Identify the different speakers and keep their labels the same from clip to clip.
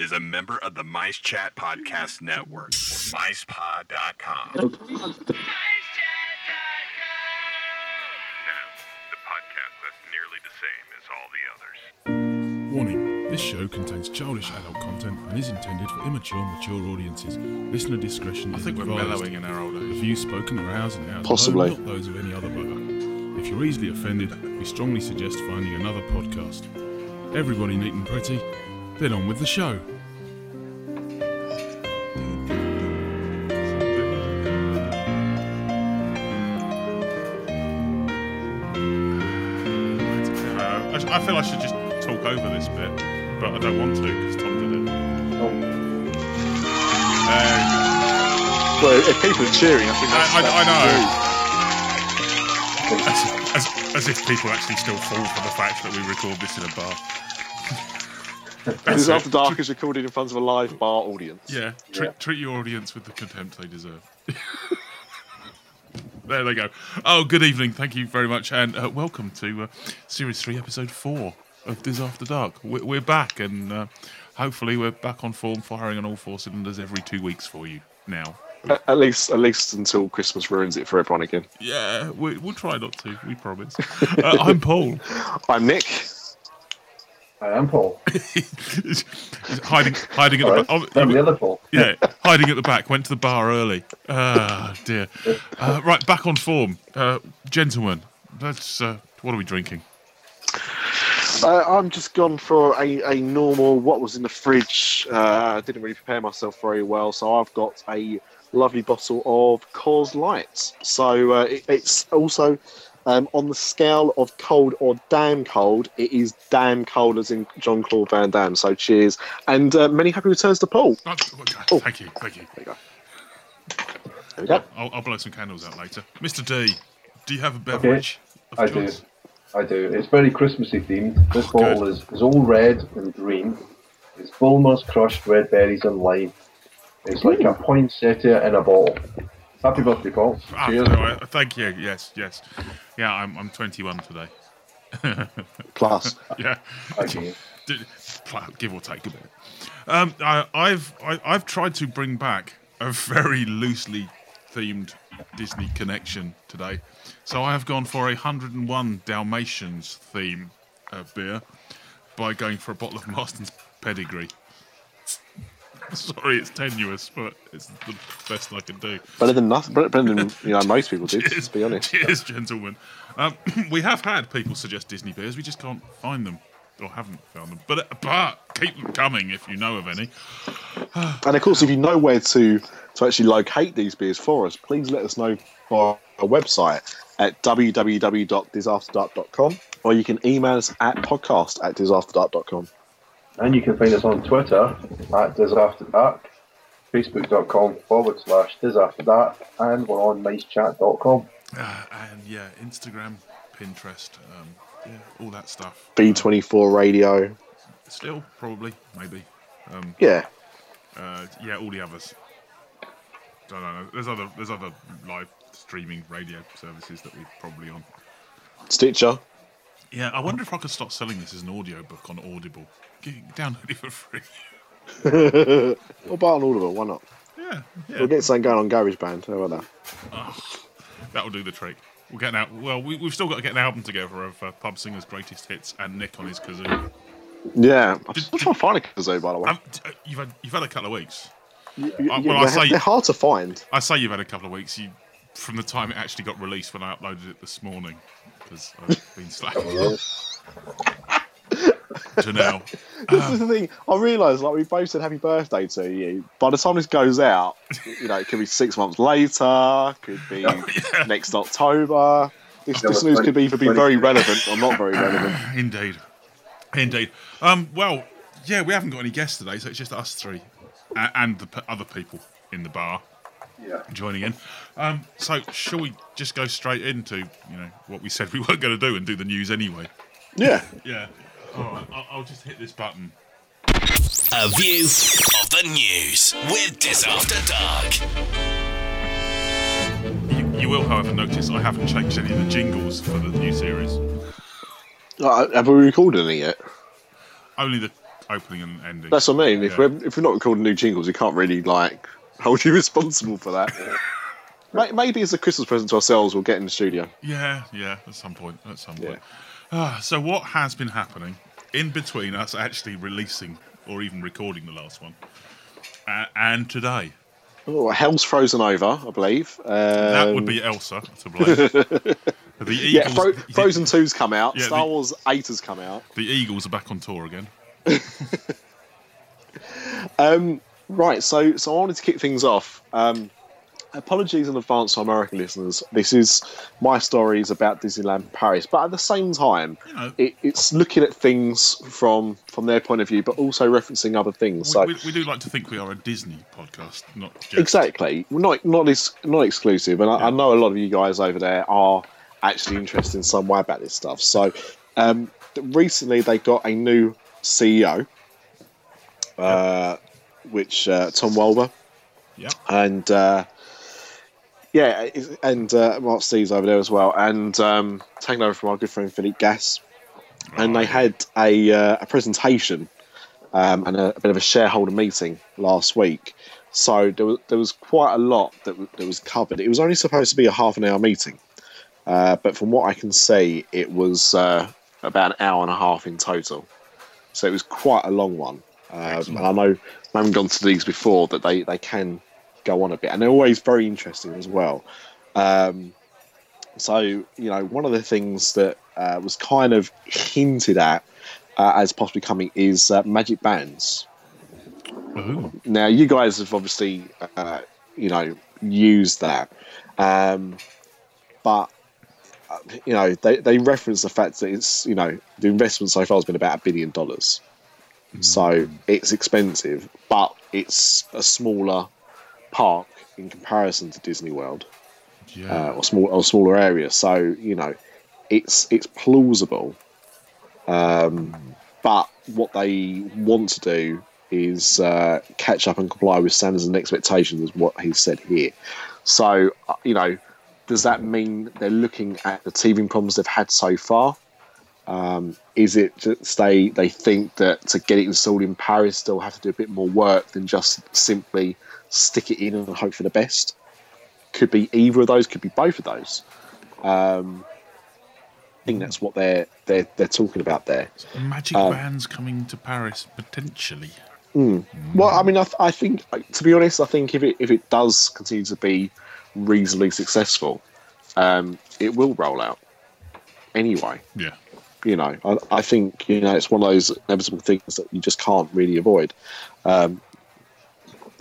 Speaker 1: is a member of the Mice Chat Podcast Network. MicePod.com. Now, the podcast that's nearly the same as all the others.
Speaker 2: Warning this show contains childish adult content and is intended for immature, mature audiences. Listener discretion
Speaker 3: I
Speaker 2: is
Speaker 3: think we're
Speaker 2: advised.
Speaker 3: mellowing in our old
Speaker 2: The
Speaker 3: age.
Speaker 2: views spoken are ours and ours
Speaker 4: Possibly.
Speaker 2: alone, not those of any other bugger. If you're easily offended, we strongly suggest finding another podcast. Everybody neat and pretty, then on with the show.
Speaker 3: Uh, I, sh- I feel I should just talk over this bit, but I don't want to because Tom did it.
Speaker 4: Oh.
Speaker 3: Uh,
Speaker 4: Well, if people are cheering, I think
Speaker 3: I,
Speaker 4: that's,
Speaker 3: I, I
Speaker 4: that's
Speaker 3: know. As, as, as if people actually still fall for the fact that we record this in a bar.
Speaker 4: Because
Speaker 3: That's it.
Speaker 4: After Dark is recorded in front of a live bar audience.
Speaker 3: Yeah, treat,
Speaker 4: Yeah.
Speaker 3: treat your audience with the contempt they deserve. there they go. Oh, good evening. Thank you very much, and uh, welcome to uh, Series Three, Episode Four of Diz After Dark. We're, we're back, and uh, hopefully, we're back on form, firing on all four cylinders every two weeks for you now.
Speaker 4: At- At least, at least until Christmas ruins it for everyone again.
Speaker 3: Yeah, we, we'll try not to. We promise. Uh, I'm Paul.
Speaker 4: I'm Nick.
Speaker 5: I am Paul.
Speaker 3: He's hiding, hiding at the.
Speaker 5: Right.
Speaker 3: back. Oh,
Speaker 5: No, the other Paul.
Speaker 3: yeah, hiding at the back. Went to the bar early. Ah, dear. Uh, right, back on form, uh, gentlemen. Let's. Uh, what are we drinking?
Speaker 4: Uh, I'm just gone for a, a normal what was in the fridge. Uh, didn't really prepare myself very well, so I've got a lovely bottle of Coors Light. So uh, it, it's also um, on the scale of cold or damn cold. It is damn cold, as in John Claude Van Damme. So cheers and uh, many happy returns to Paul.
Speaker 3: Oh,
Speaker 4: Oh.
Speaker 3: Thank you, thank you.
Speaker 4: There we go.
Speaker 3: I'll, I'll blow some candles out later. Mr. D, do you have a beverage
Speaker 5: I
Speaker 3: of
Speaker 5: do.
Speaker 3: choice?
Speaker 5: I do. It's very Christmassy themed. This
Speaker 3: Oh, good.
Speaker 5: bottle is, is all red and green. It's Bulmer's crushed red berries and lime. It's like a poinsettia in a bottle. Happy birthday, Paul.
Speaker 3: Ah,
Speaker 5: Cheers.
Speaker 3: no, uh, thank you. Yes, yes. Yeah, I'm, I'm 21 today.
Speaker 4: Class.
Speaker 3: Yeah.
Speaker 5: Okay.
Speaker 3: D- pl- give or take a bit. Um, I, I've I, I've tried to bring back a very loosely themed Disney connection today, so I have gone for a 101 Dalmatians theme uh, beer by going for a bottle of Marston's Pedigree. Sorry, it's tenuous, but it's the best I can do.
Speaker 4: Better than nothing. Better than you know most people do.
Speaker 3: Cheers,
Speaker 4: to be honest.
Speaker 3: Cheers, gentlemen. Um, we have had people suggest Disney beers. We just can't find them or haven't found them. But uh, but keep them coming if you know of any.
Speaker 4: And of course, if you know where to to actually locate these beers for us, please let us know via our website at www.disafterdark.com or you can email us at podcast at disafterdark.com.
Speaker 5: And you can find us on Twitter at DizAfterDark, Facebook.com forward slash DizAfterDark, and we're on MiceChat.com.
Speaker 3: Uh, and yeah, Instagram, Pinterest, um, yeah, all that stuff.
Speaker 4: B24 Radio.
Speaker 3: Still, probably, maybe.
Speaker 4: Yeah.
Speaker 3: Uh, yeah, all the others. I don't know. There's other there's other live streaming radio services that we're probably on.
Speaker 4: Stitcher.
Speaker 3: Yeah, I wonder if I could start selling this as an audiobook on Audible. Get it downloaded for free.
Speaker 4: Or buy on Audible. Why not?
Speaker 3: Yeah, yeah.
Speaker 4: We'll get something going on GarageBand. How about that?
Speaker 3: That'll do the trick. We'll get an out. Well, we, we've still got to get an album together of uh, Pub Singer's greatest hits and Nick on his kazoo.
Speaker 4: Yeah. I'm trying to find a kazoo, by the way.
Speaker 3: Um, t- uh, you've had you've had a couple of weeks.
Speaker 4: You-
Speaker 3: well,
Speaker 4: you-
Speaker 3: I
Speaker 4: they're,
Speaker 3: say-
Speaker 4: they're hard to find.
Speaker 3: I say you've had a couple of weeks. You from the time it actually got released when I uploaded it this morning because I've been slack to now.
Speaker 4: This is the thing. I realised, like, we both said happy birthday to you. By the time this goes out, you know, it could be six months later, could be
Speaker 3: Oh,
Speaker 4: next October. This,
Speaker 5: Yeah,
Speaker 4: this
Speaker 5: but
Speaker 4: news could be either be very
Speaker 5: 20
Speaker 4: relevant or not very relevant.
Speaker 3: Indeed, indeed. Um, well, yeah, we haven't got any guests today, so it's just us three uh, and the p- other people in the bar.
Speaker 5: Yeah.
Speaker 3: joining in. Um, so, shall we just go straight into you know what we said we weren't going to do and do the news anyway?
Speaker 4: Yeah.
Speaker 3: Yeah. All right. I'll, I'll just hit this button.
Speaker 6: A view of the news with Dis After Dark.
Speaker 3: You, you will, however, notice I haven't changed any of the jingles for the new series.
Speaker 4: Like, have we recorded any yet?
Speaker 3: Only the opening and ending.
Speaker 4: That's what I mean. If
Speaker 3: Yeah.
Speaker 4: we're if we're not recording new jingles, we can't really like hold you responsible for that. May- Maybe as a Christmas present to ourselves, we'll get in the studio.
Speaker 3: Yeah, yeah, at some point. At some
Speaker 4: Yeah.
Speaker 3: point. Ah, so, what has been happening in between us actually releasing or even recording the last one uh, and today?
Speaker 4: Oh, Hell's frozen over, I believe. Um,
Speaker 3: That would be Elsa to blame. the Eagles,
Speaker 4: yeah. Fro- Frozen two's come out.
Speaker 3: Yeah,
Speaker 4: Star
Speaker 3: the-
Speaker 4: Wars eight has come out.
Speaker 3: The Eagles are back on tour again.
Speaker 4: Right, so so I wanted to kick things off. Um, apologies in advance to American listeners. This is my story is about Disneyland Paris, but at the same time,
Speaker 3: know.
Speaker 4: it, it's looking at things from from their point of view, but also referencing other things.
Speaker 3: We,
Speaker 4: so
Speaker 3: we, we do like to think we are a Disney podcast, not just.
Speaker 4: exactly, We're not not ex- not exclusive, and I, I know a lot of you guys over there are actually interested in some way about this stuff. So um, th- recently they got a new CEO, uh, which uh, Tom Wolver.
Speaker 3: Yep.
Speaker 4: and uh, yeah, it's- and uh, Mark Steve's over there as well, and um, taken over from our good friend Philippe Gas, and they had a uh, a presentation um, and a, a bit of a shareholder meeting last week. So there was there was quite a lot that w- that was covered. It was only supposed to be a half an hour meeting, uh, but from what I can see, it was uh, about an hour and a half in total. So it was quite a long one. Um, and I know I haven't gone to these before that they, they can go on a bit, and they're always very interesting as well. Um, so you know, one of the things that uh, was kind of hinted at uh, as possibly coming is uh, Magic Bands.
Speaker 3: Ooh.
Speaker 4: Now you guys have obviously uh, you know used that, um, but uh, you know they they reference the fact that it's you know the investment so far has been about a billion dollars,
Speaker 3: Mm.
Speaker 4: so it's expensive, but it's a smaller park in comparison to Disney World
Speaker 3: Yeah.
Speaker 4: uh, or small or smaller area. So you know, it's it's plausible. Um, but what they want to do is uh, catch up and comply with standards and expectations, is what he said here. So uh, you know, does that mean they're looking at the teething problems they've had so far? Um, is it just they they think that to get it installed in Paris, they'll have to do a bit more work than just simply stick it in and hope for the best? could be either of those, could be both of those. Um, I think that's what they're they're they're talking about there.
Speaker 3: Magic
Speaker 4: um,
Speaker 3: bands coming to Paris potentially.
Speaker 4: Well, I mean, I, th- I think like, to be honest, I think if it if it does continue to be reasonably successful, um, it will roll out anyway.
Speaker 3: Yeah.
Speaker 4: you know, I, I think you know it's one of those inevitable things that you just can't really avoid. Um,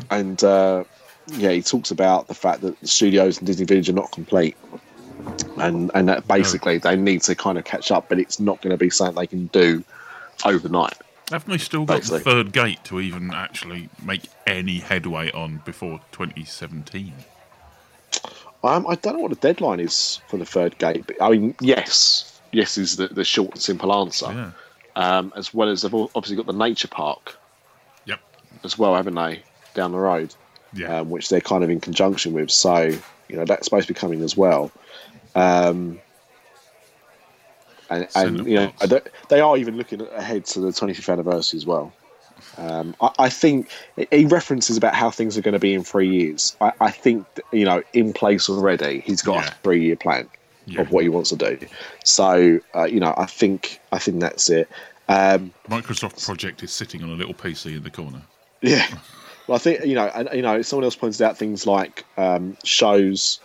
Speaker 4: and uh, yeah, he talks about the fact that the studios and Disney Village are not complete, and and that basically they need to kind of catch up, but it's not going to be something they can do overnight.
Speaker 3: Haven't they still got the
Speaker 4: Basically.
Speaker 3: third gate to even actually make any headway on before 2017?
Speaker 4: Um, I don't know what the deadline is for the third gate. But, I mean, yes, yes is the, the short and simple answer.
Speaker 3: Yeah.
Speaker 4: Um, as well as they've al- obviously got the nature park
Speaker 3: Yep.
Speaker 4: as well, haven't they? Down the road.
Speaker 3: Yeah.
Speaker 4: um, which they're kind of in conjunction with. So you know that's supposed to be coming as well. Um, and,
Speaker 3: Send
Speaker 4: and you know
Speaker 3: it.
Speaker 4: they- they are even looking ahead to the 25th anniversary as well. Um, I, I think he references about how things are going to be in three years. I, I think that, you know in place already. He's got
Speaker 3: Yeah.
Speaker 4: a three-year plan
Speaker 3: Yeah.
Speaker 4: of what he wants to do. So uh, you know I think I think that's it. Um,
Speaker 3: Microsoft Project is sitting on a little PC in the corner.
Speaker 4: yeah. Well, I think you know, and you know, someone else pointed out things like um, shows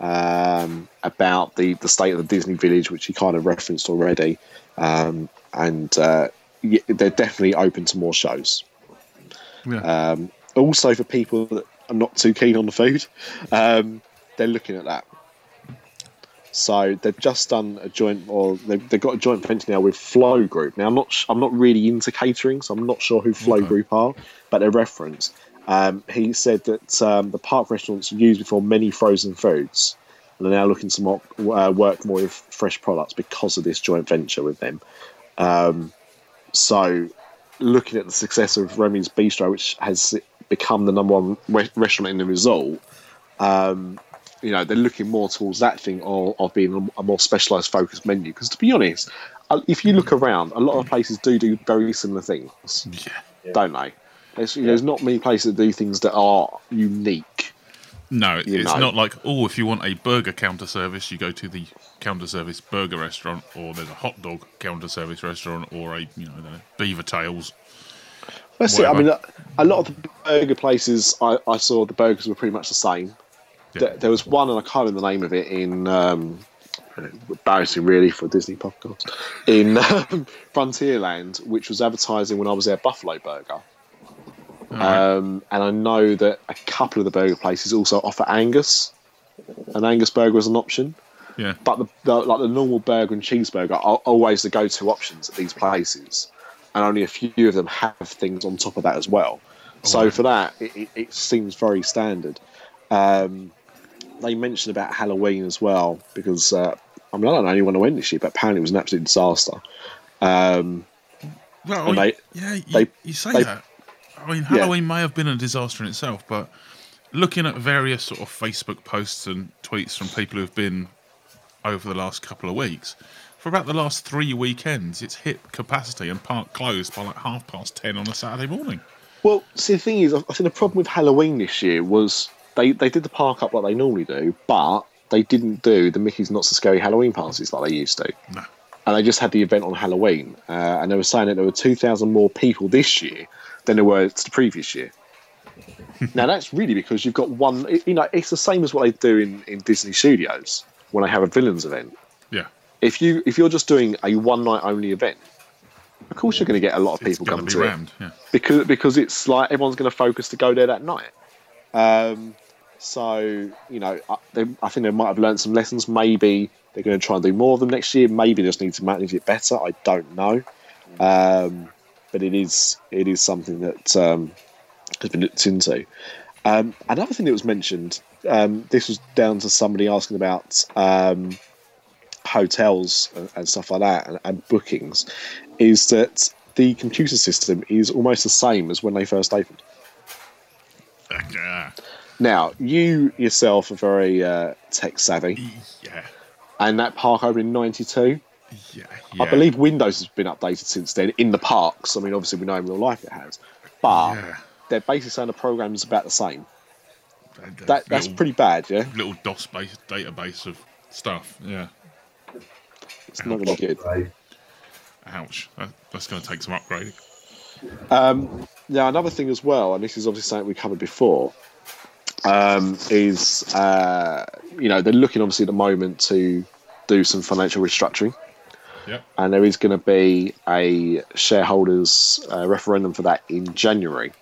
Speaker 4: um, about the the state of the Disney Village, which he kind of referenced already, um, and uh, y- they're definitely open to more shows.
Speaker 3: Yeah.
Speaker 4: Um, also, for people that are not too keen on the food, um, they're looking at that. So they've just done a joint, or they've, they've got a joint venture now with Flow Group. Now I'm not, sh- I'm not really into catering, so I'm not sure who Flow Group are, but they're referenced. Um, he said that um, the park restaurants used before many frozen foods, and are now looking to mo- uh, work more with fresh products because of this joint venture with them. Um, so, looking at the success of Remy's Bistro, which has become the number one re- restaurant in the resort, um, you know, they're looking more towards that thing or of being a more specialised focused menu. Because to be honest, uh, if you look around, a lot of places do do very similar things,
Speaker 3: Yeah.
Speaker 4: don't they? There's, there's not many places that do things that are unique.
Speaker 3: No, it-
Speaker 4: You
Speaker 3: it's
Speaker 4: know.
Speaker 3: not like oh, if you want a burger counter service, you go to the counter service burger restaurant, or there's a hot dog counter service restaurant, or a you know I don't know, beaver tails.
Speaker 4: That's it. I
Speaker 3: Whatever.
Speaker 4: mean, a- a lot of the burger places I, I saw, the burgers were pretty much the same.
Speaker 3: Yeah.
Speaker 4: There, there was one, and I can't remember the name of it, in um, embarrassing really for a Disney podcast, in um, Frontierland, which was advertising when I was there Buffalo Burger. Um, and I know that a couple of the burger places also offer Angus, and Angus burger is an option.
Speaker 3: Yeah,
Speaker 4: But the, the like the normal burger and cheeseburger are always the go-to options at these places, and only a few of them have things on top of that as well. So for that, it, it, it seems very standard. Um, they mentioned about Halloween as well because uh, I mean I don't know anyone who went this year, but apparently it was an absolute disaster. Um,
Speaker 3: well,
Speaker 4: And
Speaker 3: you-
Speaker 4: they-
Speaker 3: yeah, you,
Speaker 4: they-
Speaker 3: you say
Speaker 4: they-
Speaker 3: that. I mean, Halloween may have been a disaster in itself, but looking at various sort of Facebook posts and tweets from people who've been over the last couple of weeks, for about the last three weekends, it's hit capacity and park closed by like half past ten on a Saturday morning.
Speaker 4: Well, see, the thing is, I I think the problem with Halloween this year was they, they did the park up like they normally do, but they didn't do the Mickey's Not So Scary Halloween parties like they used to.
Speaker 3: No.
Speaker 4: And they just had the event on Halloween. Uh, and they were saying that there were 2,000 more people this year than there were to the previous year. now, that's really because you've got one, it- you know, it's the same as what they do in, in Disney Studios when they have a villains event
Speaker 3: Yeah.
Speaker 4: if you if you're just doing a one night only event, of course you're going to get a lot of
Speaker 3: It's
Speaker 4: people
Speaker 3: gonna
Speaker 4: coming
Speaker 3: be
Speaker 4: to
Speaker 3: rammed,
Speaker 4: it
Speaker 3: yeah.
Speaker 4: because because it's like everyone's going to focus to go there that night. Um, so you know, I, they, I think they might have learned some lessons. Maybe they're going to try and do more of them next year. Maybe they just need to manage it better. I don't know, um, but it is it is something that um, has been looked into. Um, another thing that was mentioned, um, this was down to somebody asking about um, hotels and, and stuff like that and, and bookings, is that the computer system is almost the same as when they first opened.
Speaker 3: Yeah.
Speaker 4: Now, you yourself are very uh, tech savvy,
Speaker 3: Yeah.
Speaker 4: and that park opened in 92.
Speaker 3: Yeah.
Speaker 4: I believe Windows has been updated since then in the parks. I mean, obviously, we know in real life it has. But
Speaker 3: Yeah.
Speaker 4: they're basically saying the program's about the same.
Speaker 3: That-
Speaker 4: That, that's
Speaker 3: uh, little-
Speaker 4: pretty bad, yeah?
Speaker 3: Little DOS based database of stuff. Yeah.
Speaker 4: It's not going to be good.
Speaker 5: Right.
Speaker 3: Ouch. That, that's going to take some upgrading.
Speaker 4: Um, now, another thing as well, and this is obviously something we covered before, um, is uh, you know they're looking obviously at the moment to do some financial restructuring,
Speaker 3: Yep.
Speaker 4: and there is going to be a shareholders uh, referendum for that in January.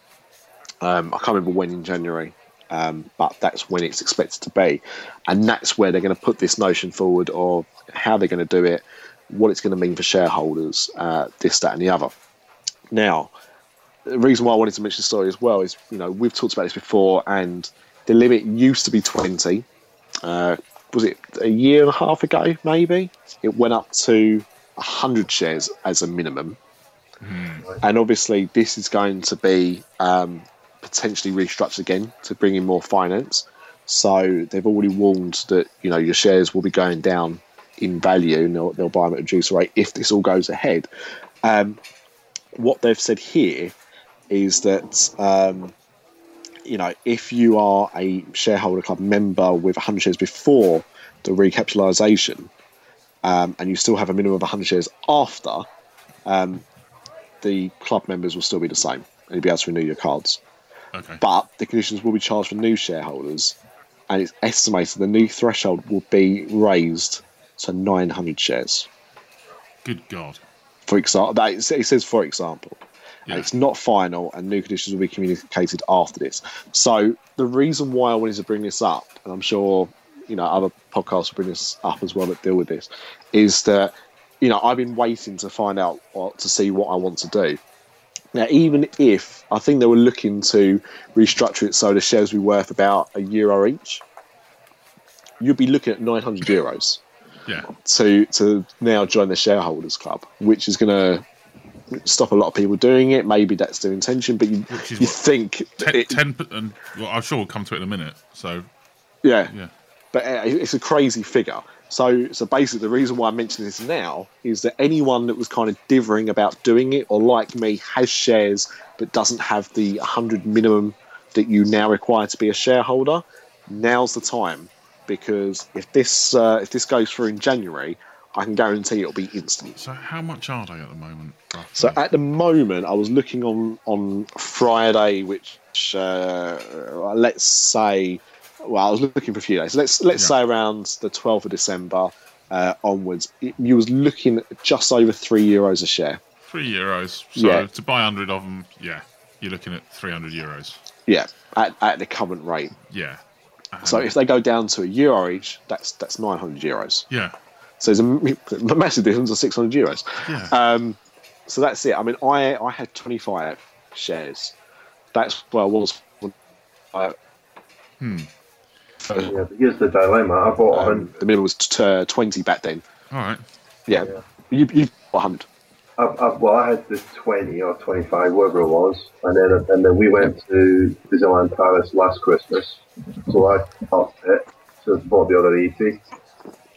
Speaker 4: Um, I can't remember when in January, um, but that's when it's expected to be, and that's where they're going to put this notion forward of how they're going to do it, what it's going to mean for shareholders, uh, this, that, and the other. Now, the reason why I wanted to mention the story as well is, you know, we've talked about this before, and the limit used to be 20. Uh, was it a year and a half ago, maybe? It went up to 100 shares as a minimum. And obviously, this is going to be um, potentially restructured again to bring in more finance. So they've already warned that, you know, your shares will be going down in value and they'll, they'll buy them at a reduced rate if this all goes ahead. Um, what they've said here is that um, you know if you are a shareholder club member with 100 shares before the recapitalisation um, and you still have a minimum of 100 shares after um, the club members will still be the same and you'll be able to renew your cards
Speaker 3: Okay.
Speaker 4: but the conditions will be charged for new shareholders and it's estimated the new threshold will be raised to 900 shares
Speaker 3: Good God.
Speaker 4: for example, that is, it says for example,
Speaker 3: Yeah.
Speaker 4: and it's not final, and new conditions will be communicated after this. So the reason why I wanted to bring this up, and I'm sure you know other podcasts will bring this up as well that deal with this, is that you know I've been waiting to find out or to see what I want to do. Now, even if I think they were looking to restructure it so the shares would be worth about a euro each, you'd be looking at 900 euros
Speaker 3: Yeah.
Speaker 4: to to now join the shareholders club, which is going to stop a lot of people doing it. Maybe that's their intention, but you,
Speaker 3: Which is
Speaker 4: you
Speaker 3: what-
Speaker 4: think,
Speaker 3: Ten,
Speaker 4: it-
Speaker 3: ten per- and well, I'm sure we'll come to it in a minute. So
Speaker 4: yeah,
Speaker 3: yeah.
Speaker 4: but uh, it's a crazy figure. So, so basically, the reason why I'm mentioning this now is that anyone that was kind of divering about doing it, or like me, has shares but doesn't have the 100 minimum that you now require to be a shareholder, now's the time because if this uh, if this goes through in January, I can guarantee it'll be instant.
Speaker 3: So how much are they at the moment? roughly?
Speaker 4: So uh, at the moment, I was looking on on Friday, which uh, let's say, well, I was looking for a few days. Let's let's
Speaker 3: Yeah.
Speaker 4: say around the twelfth of December uh, onwards, it, you was looking at just over three euros a share.
Speaker 3: three euros. So
Speaker 4: Yeah.
Speaker 3: to buy hundred of them, yeah, you're looking at three hundred euros.
Speaker 4: Yeah, at, at the current rate.
Speaker 3: Yeah. And-
Speaker 4: So if they go down to a euro each, that's that's nine hundred euros.
Speaker 3: yeah,
Speaker 4: So there's a, m- a massive difference of 600 euros.
Speaker 3: Yeah.
Speaker 4: Um, so that's it. I mean, I, I had 25 shares. That's where I was. when I-
Speaker 5: Yeah, but here's the dilemma. I bought a
Speaker 4: um,
Speaker 5: hun-
Speaker 4: the minimum was t- uh, 20 back then.
Speaker 3: all right.
Speaker 4: Yeah.
Speaker 5: Yeah.
Speaker 4: You, you bought 100.
Speaker 5: I, I, well, I had the 20 or 25, whatever it was, and then and then we went to Disneyland Paris last Christmas. So I upped it, so I bought the other 80.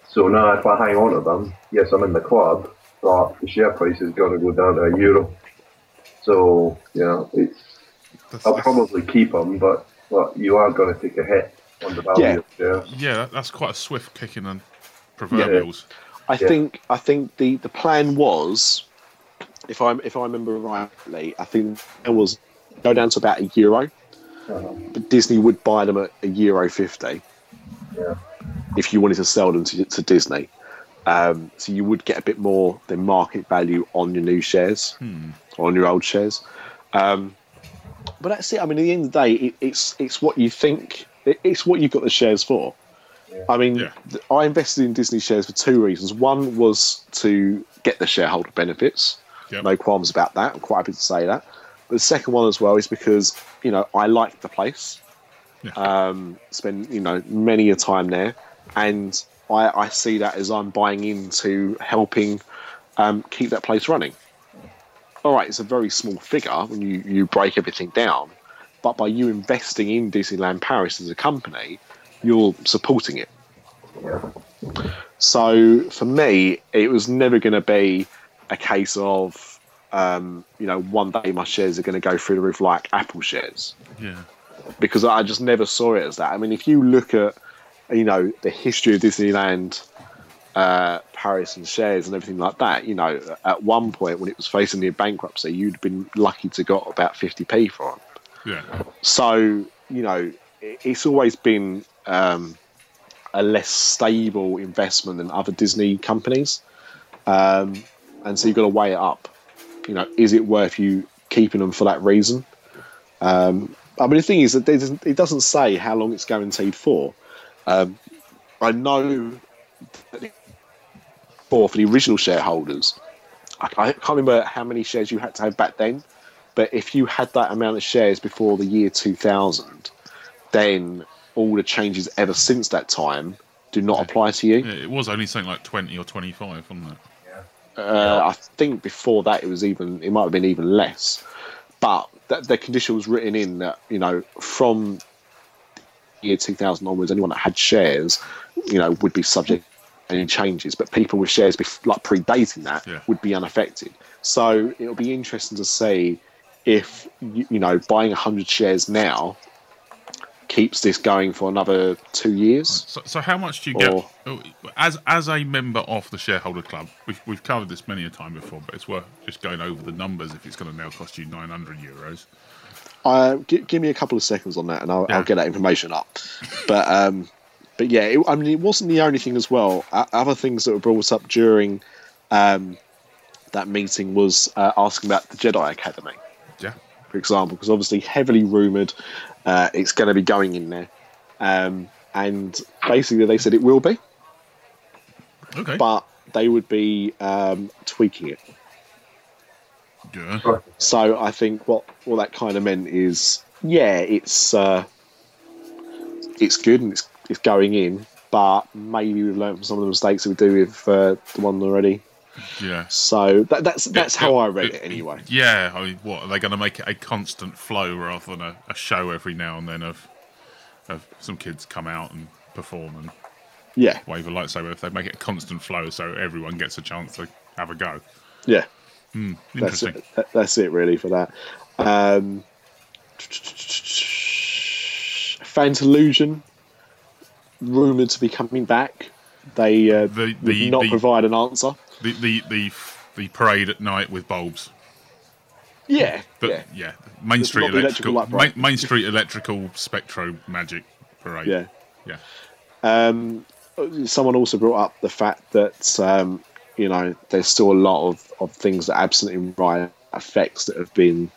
Speaker 5: So now if I hang on to them, yes, I'm in the club, but the share price is going to go down to a euro. So, yeah, it's
Speaker 3: That's,
Speaker 5: I'll
Speaker 3: that's-
Speaker 5: probably keep them, but, but you are going to take a hit on the value
Speaker 4: Yeah.
Speaker 5: of shares.
Speaker 3: yeah, that, that's quite a swift kick in the proverbials.
Speaker 4: I
Speaker 5: Yeah.
Speaker 4: think I think the, the plan was, if I if I remember rightly, I think it was go down to about a euro,
Speaker 5: Uh-huh.
Speaker 4: but Disney would buy them at a euro fifty.
Speaker 5: Yeah.
Speaker 4: If you wanted to sell them to, to Disney, um, so you would get a bit more than market value on your new shares, or on your old shares. Um, but that's it. I mean, at the end of the day, it, it's it's what you think. It, it's what you've got the shares for. I mean,
Speaker 3: Yeah.
Speaker 4: th- I invested in Disney shares for two reasons. One was to get the shareholder benefits.
Speaker 3: Yep.
Speaker 4: No qualms about that. I'm quite happy to say that. But the second one as well is because you know I like the place.
Speaker 3: Yeah.
Speaker 4: Um, spend you know many a time there, and I, I see that as I'm buying into helping um, keep that place running. All right, it's a very small figure when you, you break everything down, but by you investing in Disneyland Paris as a company, you're supporting it.
Speaker 5: Yeah.
Speaker 4: So for me, it was never going to be a case of, um, you know, one day my shares are going to go through the roof like Apple shares
Speaker 3: Yeah.
Speaker 4: because I just never saw it as that. I mean, if you look at, you know, the history of Disneyland, uh, Paris and shares and everything like that, you know, at one point when it was facing near bankruptcy, you'd been lucky to got about 50p for it.
Speaker 3: Yeah.
Speaker 4: So you know, i- it's always been um, a less stable investment than other Disney companies, um, and so you've got to weigh it up. You know, is it worth you keeping them for that reason? Um, I mean, the thing is that there doesn't- it doesn't say how long it's guaranteed for. Um, I know that it- for for the original shareholders, I, I can't remember how many shares you had to have back then but if you had that amount of shares before the year 2000 then all the changes ever since that time do not apply to you
Speaker 3: Yeah, It was only something like twenty or twenty-five, wasn't it?
Speaker 4: uh, i think before that it was even it might have been even less but that, the condition was written in that you know from year 2000 onwards anyone that had shares you know would be subject to any changes but people with shares bef- like predating that
Speaker 3: Yeah.
Speaker 4: would be unaffected so it'll be interesting to see if you, you know buying 100 shares now keeps this going for another two years
Speaker 3: So, so how much do you
Speaker 4: Or-
Speaker 3: get oh, as as a member of the shareholder club? We've, we've covered this many a time before, but it's worth just going over the numbers if it's going to now cost you nine hundred euros.
Speaker 4: Uh, give, give me a couple of seconds on that, and I'll,
Speaker 3: Yeah.
Speaker 4: I'll get that information up. But um, but yeah, it, I mean, it wasn't the only thing as well. Uh, other things that were brought up during um, that meeting was uh, asking about the Jedi Academy,
Speaker 3: Yeah.
Speaker 4: for example, because obviously heavily rumored uh, it's going to be going in there, um, and basically they said it will be,
Speaker 3: Okay.
Speaker 4: but they would be um, tweaking it.
Speaker 3: yeah.
Speaker 4: So I think what what that kind of meant is, yeah, it's uh, it's good and it's it's going in, but maybe we've learned from some of the mistakes that we do with uh, the one already.
Speaker 3: Yeah.
Speaker 4: So that, that's that's how I read it anyway.
Speaker 3: Yeah. I mean, what are they going to make it a constant flow rather than a, a show every now and then of of some kids come out and perform and
Speaker 4: Yeah,
Speaker 3: wave a lightsaber if they make it a constant flow so everyone gets a chance to have a go.
Speaker 4: yeah. That's
Speaker 3: Interesting.
Speaker 4: it. that- That's it really for that. Um, Fans Illusion, rumored to be coming back. They uh,
Speaker 3: The-
Speaker 4: would
Speaker 3: the-
Speaker 4: not
Speaker 3: the-
Speaker 4: provide an answer.
Speaker 3: The, the the the parade at night with bulbs.
Speaker 4: Yeah,
Speaker 3: But
Speaker 4: yeah,
Speaker 3: yeah, Main
Speaker 4: It's
Speaker 3: Street
Speaker 4: not the
Speaker 3: Electrical,
Speaker 4: electrical
Speaker 3: main,
Speaker 4: light bright.
Speaker 3: main Street Electrical Spectro Magic Parade.
Speaker 4: yeah.
Speaker 3: yeah.
Speaker 4: Um, someone also brought up the fact that um, you know there's still a lot of, of things that are absent in riot effects that have been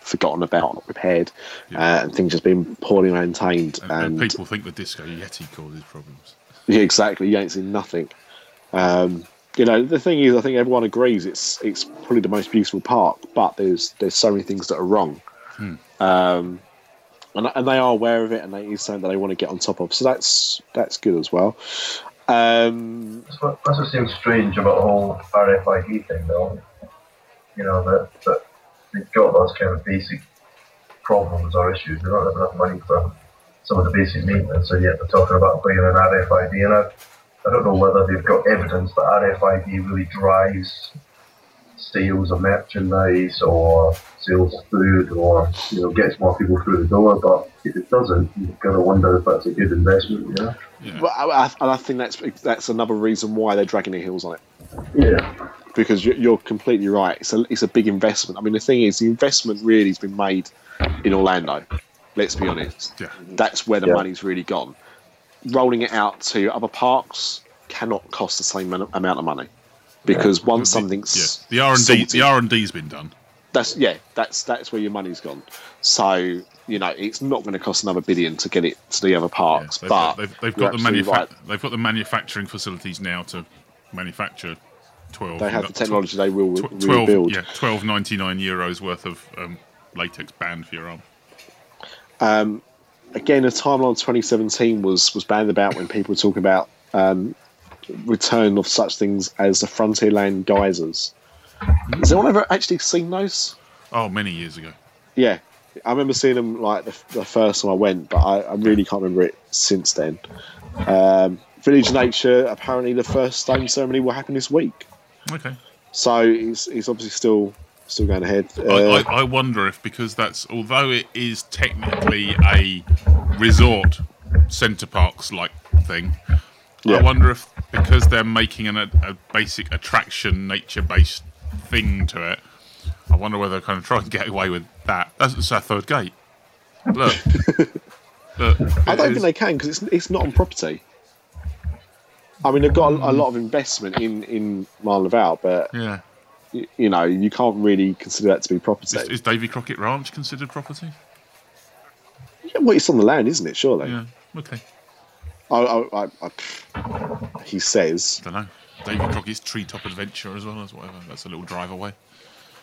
Speaker 4: forgotten about, not repaired,
Speaker 3: Yeah.
Speaker 4: uh, and things just been poorly maintained.
Speaker 3: And, and
Speaker 4: And,
Speaker 3: people think the Disco Yeti causes problems.
Speaker 4: yeah, exactly, you ain't seen nothing. Um, you know the thing is, I think everyone agrees it's it's probably the most beautiful park, but there's there's so many things that are wrong. Um, and, and they are aware of it, and that is something that they want to get on top of. So that's that's good as well. Um,
Speaker 5: That's what, that's what seems strange about the whole RFID thing, though. You know, that, that they've got those kind of basic problems or issues. They don't have enough money for some of the basic maintenance, so yet they're talking about bringing an RFID in. I, I don't know whether they've got evidence that RFID really drives sales of merchandise or sales of food or, you know, gets more people through the door, but if it doesn't, you've got to wonder if that's a good investment, you know?
Speaker 4: Well, I, I- and I think that's that's another reason why they're dragging their heels on it
Speaker 5: Yeah.
Speaker 4: because you're, you're completely right. It's a it's a big investment. I mean, the thing is, the investment really has been made in Orlando. Let's be honest.
Speaker 3: Yeah.
Speaker 4: That's where the
Speaker 5: Yeah.
Speaker 4: money's really gone. Rolling it out to other parks cannot cost the same amount amount of money because once something's
Speaker 3: yeah, the R and D
Speaker 4: sorted-
Speaker 3: the R and D's been done.
Speaker 4: that's yeah, that's that's where your money's gone. So you know, it's not going to cost another billion to get it to the other
Speaker 3: Yeah,
Speaker 4: parks.
Speaker 3: they've,
Speaker 4: but
Speaker 3: they've, they've
Speaker 4: you're
Speaker 3: got the
Speaker 4: absolutely
Speaker 3: manufa-
Speaker 4: right.
Speaker 3: they've got the manufacturing facilities now to manufacture twelve.
Speaker 4: They have the technology. They will
Speaker 3: tw-
Speaker 4: re-
Speaker 3: twelve,
Speaker 4: rebuild.
Speaker 3: yeah, twelve ninety nine euros worth of um, latex band for your arm.
Speaker 4: again, the timeline 2017 was was bandied about when people were talking about um, return of such things as the Frontierland geysers. Has anyone ever actually seen those?
Speaker 3: Oh, many years ago.
Speaker 4: Yeah, I remember seeing them like the, the first time I went, but I, I really can't remember it since then. Um, Village Nature apparently the first stone ceremony will happen this week,
Speaker 3: Okay.
Speaker 4: so it's, it's obviously still still going ahead.
Speaker 3: I,
Speaker 4: Uh,
Speaker 3: I, I wonder if because that's although it is technically a resort centre parks like thing,
Speaker 4: Yeah.
Speaker 3: I wonder if because they're making an, a, a basic attraction nature based thing to it, I wonder whether they kind of try and get away with that. That's, that's our third gate. Look, look
Speaker 4: I
Speaker 3: it
Speaker 4: don't
Speaker 3: is-
Speaker 4: think they can because it's, it's not on property. I mean, they've got a, a lot of investment in in Marlon Laval, but
Speaker 3: Yeah,
Speaker 4: y- you know you can't really consider that to be property.
Speaker 3: is, is Davy Crockett Ranch considered property?
Speaker 4: Yeah, well, it's on the land, isn't it? Surely.
Speaker 3: Yeah. Okay.
Speaker 4: I, I, I, I, pff, he says,
Speaker 3: Don't know. Davy Crockett's Treetop Adventure as well as whatever. That's a little drive away.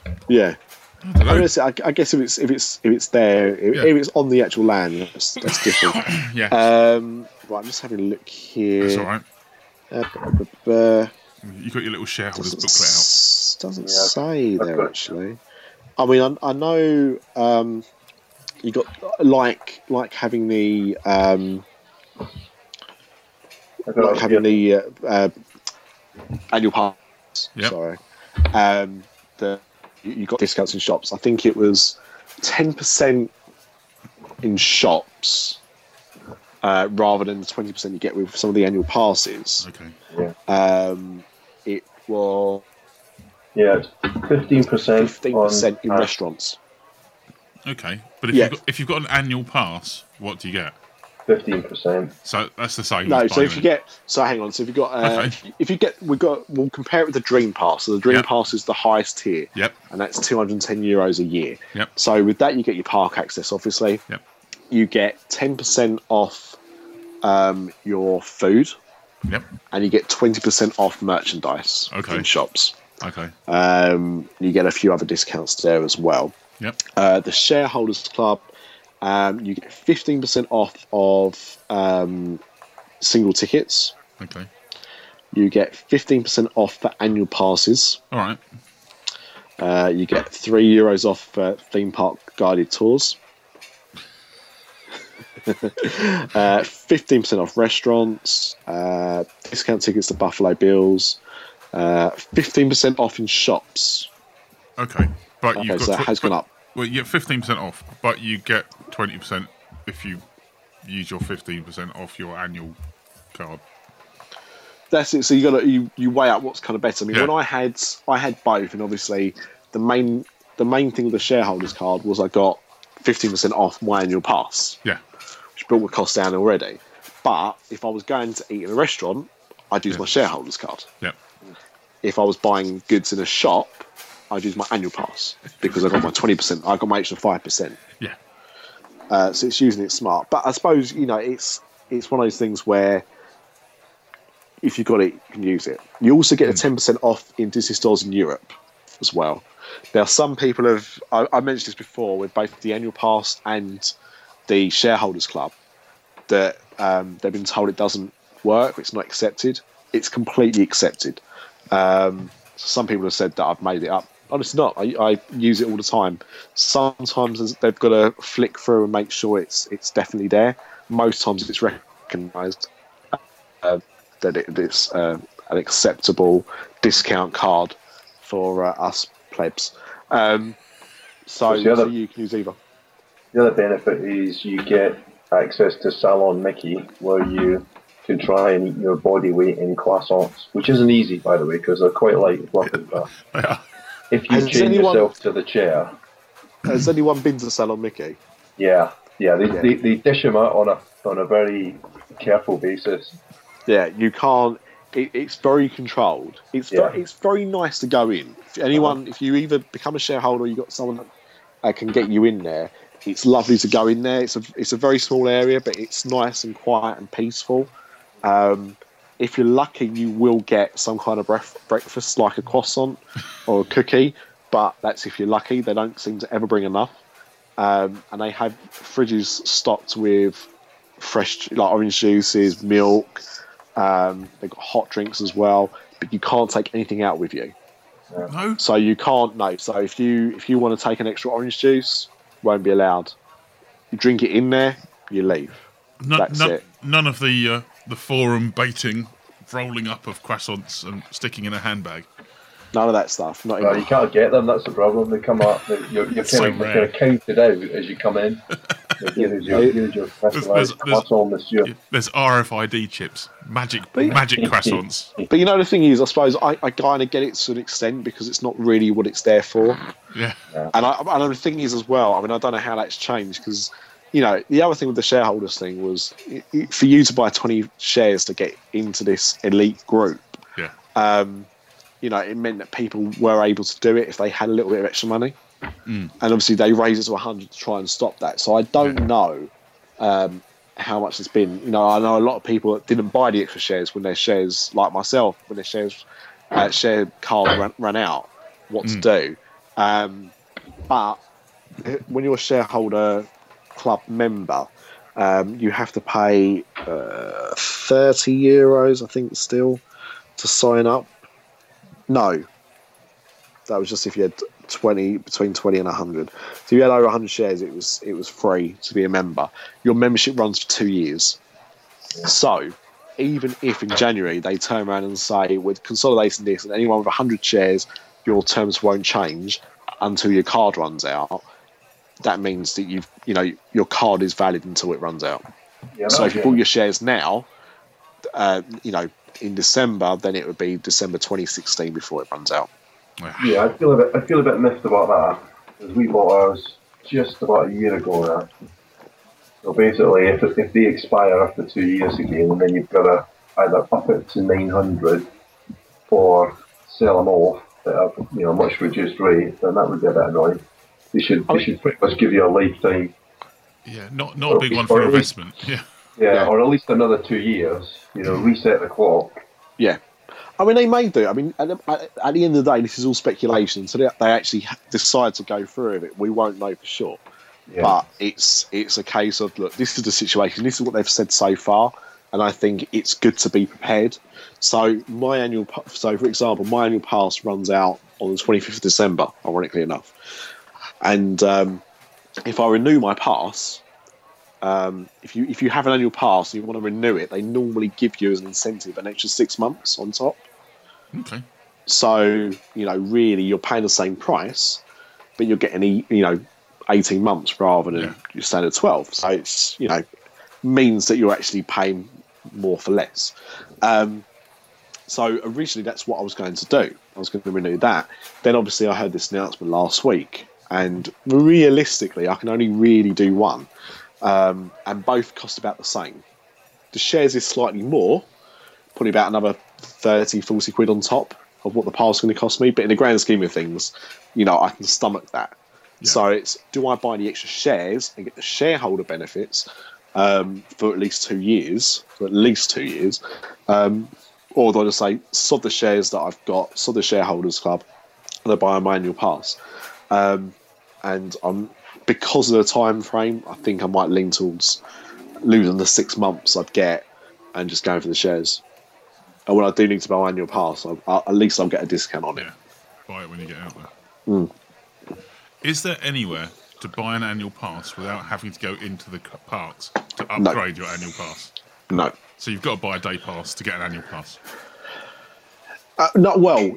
Speaker 4: yeah.
Speaker 3: I don't
Speaker 4: I,
Speaker 3: know.
Speaker 4: mean, I, I guess if it's if it's if it's there, if,
Speaker 3: Yeah.
Speaker 4: if it's on the actual land, that's, that's different.
Speaker 3: Yeah,
Speaker 4: um, right, I'm just having a look here.
Speaker 3: it's all right.
Speaker 4: Uh, b- b- b- uh,
Speaker 3: You got your little shareholders
Speaker 4: doesn't,
Speaker 3: booklet out.
Speaker 4: s- doesn't
Speaker 5: Yeah,
Speaker 4: say
Speaker 5: I've
Speaker 4: there
Speaker 5: got it.
Speaker 4: actually. I mean, I, I know um, you got like like having the um,
Speaker 5: I've got
Speaker 4: like
Speaker 5: a-
Speaker 4: having the uh, uh, annual pass.
Speaker 3: Yep.
Speaker 4: Sorry, um, the you you got discounts in shops. I think it was ten percent in shops. Uh, rather than the twenty percent you get with some of the annual passes,
Speaker 3: Okay.
Speaker 4: um, it was
Speaker 5: Yeah, fifteen percent. uh,
Speaker 4: fifteen percent in restaurants.
Speaker 3: Okay. But if,
Speaker 4: Yeah.
Speaker 3: you've got, if you've got an annual pass, what do you get?
Speaker 5: Fifteen percent.
Speaker 3: So that's the same.
Speaker 4: No,
Speaker 3: as
Speaker 4: so if you
Speaker 3: buying
Speaker 4: get so hang on, so if you got uh,
Speaker 3: Okay.
Speaker 4: if you- if you get we got we'll compare it with the Dream Pass. So the Dream
Speaker 3: Yep.
Speaker 4: Pass is the highest tier,
Speaker 3: it. Yep.
Speaker 4: and that's two hundred and ten euros a year.
Speaker 3: Yep.
Speaker 4: So with that, you get your park access. Obviously,
Speaker 3: Yep.
Speaker 4: you get ten percent off um, your food,
Speaker 3: Yep.
Speaker 4: and you get twenty percent off merchandise
Speaker 3: Okay.
Speaker 4: in shops.
Speaker 3: Okay.
Speaker 4: Um, you get a few other discounts there as well.
Speaker 3: Yep.
Speaker 4: Uh, the shareholders club, um, you get fifteen percent off of um, single tickets.
Speaker 3: Okay.
Speaker 4: You get 15% off for annual passes.
Speaker 3: All right.
Speaker 4: Uh, you uh, get three euros off for theme park guided tours. Uh, Fifteen percent off restaurants, uh, discount tickets to Buffalo Bills, Uh, fifteen percent off in shops.
Speaker 3: Okay, but
Speaker 4: Okay,
Speaker 3: you've
Speaker 4: so
Speaker 3: got
Speaker 4: that
Speaker 3: tw-
Speaker 4: has gone
Speaker 3: but-
Speaker 4: up.
Speaker 3: Well, you get fifteen percent off, but you get twenty percent if you use your fifteen percent off your annual card.
Speaker 4: That's it. So you got to you, you weigh out what's kind of better. I mean,
Speaker 3: Yeah.
Speaker 4: when I had I had both, and obviously the main the main thing with the shareholders card was I got fifteen percent off my annual pass.
Speaker 3: Yeah,
Speaker 4: which brought my cost down already. But if I was going to eat in a restaurant, I'd use my shareholders card.
Speaker 3: yeah.
Speaker 4: If I was buying goods in a shop, I'd use my annual pass because I got my twenty percent. I got my extra five percent.
Speaker 3: Yeah,
Speaker 4: Uh, so it's using it smart. But I suppose you know it's it's one of those things where if you got it, you can use it. You also get a ten percent off in Disney stores in Europe as well. Now some people have I, I mentioned this before with both the annual pass and the shareholders club that um, they've been told it doesn't work. It's not accepted. It's completely accepted. Um, some people have said that I've made it up. Honestly, not. I, I use it all the time. Sometimes they've got to flick through and make sure it's it's definitely there. Most times it's recognised uh, that it, it's uh, an acceptable discount card for uh, us plebs. Um, so,
Speaker 5: What's the other-
Speaker 4: so you can use either.
Speaker 5: The other benefit is you get access to Salon Mickey, where you can try and eat your body weight in croissants, which isn't easy, by the way, because they're quite light and fluffy. But
Speaker 3: yeah.
Speaker 5: if you
Speaker 4: Has
Speaker 5: chain
Speaker 4: anyone-
Speaker 5: yourself to the chair,
Speaker 4: Has anyone been to Salon Mickey?
Speaker 5: yeah, yeah, they,
Speaker 4: Yeah.
Speaker 5: They, they dish them out on a on a very careful basis.
Speaker 4: Yeah, you can't. It, it's very controlled. It's
Speaker 5: Yeah.
Speaker 4: very, it's very nice to go in. If anyone, if you either become a shareholder or you have got someone that uh, can get you in there, it's lovely to go in there. It's a it's a very small area, but it's nice and quiet and peaceful. Um, if you're lucky, you will get some kind of bref- breakfast like a croissant or a cookie, but that's if you're lucky. They don't seem to ever bring enough, um, and they have fridges stocked with fresh like orange juices, milk. Um, they've got hot drinks as well, but you can't take anything out with you.
Speaker 3: No,
Speaker 4: So you can't no. So if you if you want to take an extra orange juice, won't be allowed. You drink it in there, you leave.
Speaker 3: no,
Speaker 4: That's
Speaker 3: no
Speaker 4: it.
Speaker 3: none of the uh, the forum baiting, rolling up of croissants and sticking in a handbag.
Speaker 4: None of that stuff. Not
Speaker 5: Uh,
Speaker 4: even.
Speaker 5: you can't get them. That's the problem. They come up. They, you're you're
Speaker 3: So
Speaker 5: kind, of,
Speaker 3: rare.
Speaker 5: you're kind of counted out as you come in. They give us your- give us your
Speaker 3: there's-
Speaker 5: croissant,
Speaker 3: there's-
Speaker 5: croissant, monsieur.
Speaker 3: Yeah, There's RFID chips, magic
Speaker 4: But-
Speaker 3: magic croissants.
Speaker 4: But you know the thing is, I suppose I, I kind of get it to an extent because it's not really what it's there for.
Speaker 3: Yeah,
Speaker 4: And I, and the thing is as well. I mean, I don't know how that's changed because you know the other thing with the shareholders thing was i i for you to buy twenty shares to get into this elite group.
Speaker 3: yeah,
Speaker 4: you know, it meant that people were able to do it if they had a little bit of extra money. And obviously, they raised it to 100 to try and stop that. So I don't know um, how much it's been. You know, I know a lot of people that didn't buy the extra shares when their shares, like myself, when their shares uh, share card ran, ran out, what to do. Um, but when you're a shareholder club member, um, you have to pay uh, 30 euros, I think, still to sign up. No, that was just if you had twenty between twenty and hundred. So if you had over hundred shares, it was it was free to be a member. Your membership runs for two years. So even if in January they turn around and say with consolidating this and anyone with hundred shares, your terms won't change until your card runs out. That means that you've you know your card is valid until it runs out.
Speaker 5: Yeah,
Speaker 4: So if you
Speaker 5: yeah.
Speaker 4: bought your shares now, uh, you know, in December, then it would be December 2016 before it runs out.
Speaker 5: Yeah, I feel a bit. I feel a bit miffed about that. 'cause we bought ours just about a year ago now. So basically, if if they expire after two years again, then you've got to either up it to nine hundred or sell them off at a you know much reduced rate. Then that would be a bit annoying. They should they should pretty much give you a lifetime.
Speaker 3: yeah. Not not a big one for investment. Yeah,
Speaker 5: Yeah,
Speaker 4: Yeah.
Speaker 5: or at least another two years. You know, reset the clock.
Speaker 4: Yeah. I mean, they may do. I mean, at the, at- at the end of the day, this is all speculation. So they, they actually ha- decide to go through with it. We won't know for sure.
Speaker 5: Yeah.
Speaker 4: But it's it's a case of look, this is the situation. This is what they've said so far, and I think it's good to be prepared. So my annual, pa- so for example, my annual pass runs out on the twenty fifth of December, ironically enough, and um, if I renew my pass, Um, if you if you have an annual pass and you want to renew it, they normally give you as an incentive an extra six months on top.
Speaker 3: Okay.
Speaker 4: So you know, really, you're paying the same price, but you're getting e- you know eighteen months rather than
Speaker 3: Yeah.
Speaker 4: your standard twelve. So it's you know means that you're actually paying more for less. Um, so originally, that's what I was going to do. I was going to renew that. Then obviously, I heard this announcement last week, and realistically, I can only really do one, um, and both cost about the same. The shares is slightly more, probably about another 30, 40 quid on top of what the pile's going to cost me. But in the grand scheme of things, you know, I can stomach that. So it's do I buy the extra shares and get the shareholder benefits um, for at least two years, for at least two years, um, or do I just say sod the shares that I've got, sod the shareholders club, and I buy my annual pass? Um, and I'm because of the time frame, I think I might lean towards losing the six months I'd get and just going for the shares. And when I do need to buy my annual pass, I, I, at least I'll get a discount on it.
Speaker 3: Yeah. Buy it when you get out there.
Speaker 4: Hmm.
Speaker 3: Is there anywhere to buy an annual pass without having to go into the c- parks to upgrade your annual pass?
Speaker 4: No.
Speaker 3: So you've got to buy a day pass to get an annual pass.
Speaker 4: Uh, not well.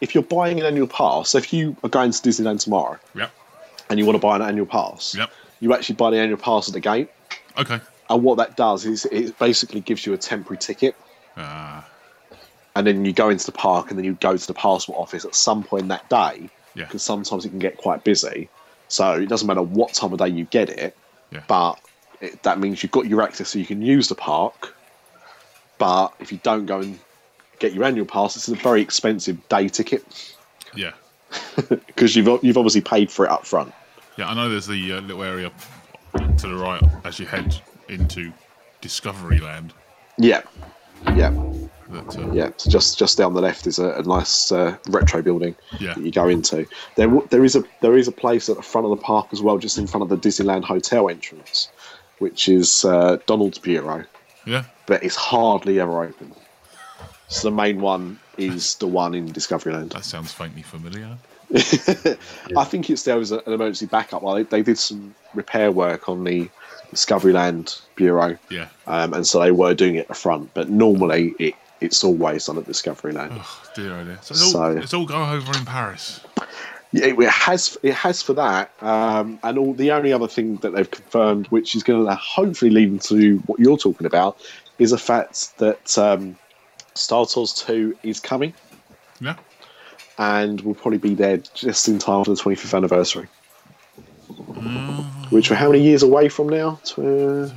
Speaker 4: If you're buying an annual pass, so if you are going to Disneyland tomorrow
Speaker 3: Yep.
Speaker 4: and you want to buy an annual pass,
Speaker 3: Yep.
Speaker 4: you actually buy the annual pass at the gate.
Speaker 3: Okay.
Speaker 4: And what that does is it basically gives you a temporary ticket,
Speaker 3: Uh,
Speaker 4: and then you go into the park, and then you go to the passport office at some point that day,
Speaker 3: Yeah.
Speaker 4: because sometimes it can get quite busy. So it doesn't matter what time of day you get it,
Speaker 3: yeah.
Speaker 4: but it, that means you've got your access so you can use the park. But if you don't go and get your annual pass, it's a very expensive day ticket.
Speaker 3: yeah.
Speaker 4: because you've you've obviously paid for it up front.
Speaker 3: Yeah, I know there's the uh, little area to the right as you head into Discovery Land.
Speaker 4: Yeah, yeah,
Speaker 3: That, uh,
Speaker 4: yeah. So just just down the left is a, a nice uh, retro building
Speaker 3: Yeah.
Speaker 4: that you go into. There w- there is a there is a place at the front of the park as well, just in front of the Disneyland Hotel entrance, which is uh, Donald's Bureau,
Speaker 3: yeah.
Speaker 4: but it's hardly ever open. So the main one is the one in Discoveryland.
Speaker 3: That sounds faintly familiar.
Speaker 4: I think it's there as a- an emergency backup. Well, they, they did some repair work on the Discoveryland Bureau.
Speaker 3: Yeah.
Speaker 4: um, and so they were doing it at the front. But normally, it, it's always done at Discovery Land.
Speaker 3: Oh, dear, oh dear. So it's all,
Speaker 4: So-
Speaker 3: it's all go over in Paris.
Speaker 4: It, it has it has for that, um, and all the only other thing that they've confirmed, which is going to hopefully lead into what you're talking about, is the fact that um, Star Tours Two is coming
Speaker 3: Yeah.
Speaker 4: and will probably be there just in time for the 25th anniversary. Which we're how many years away from now? Tw-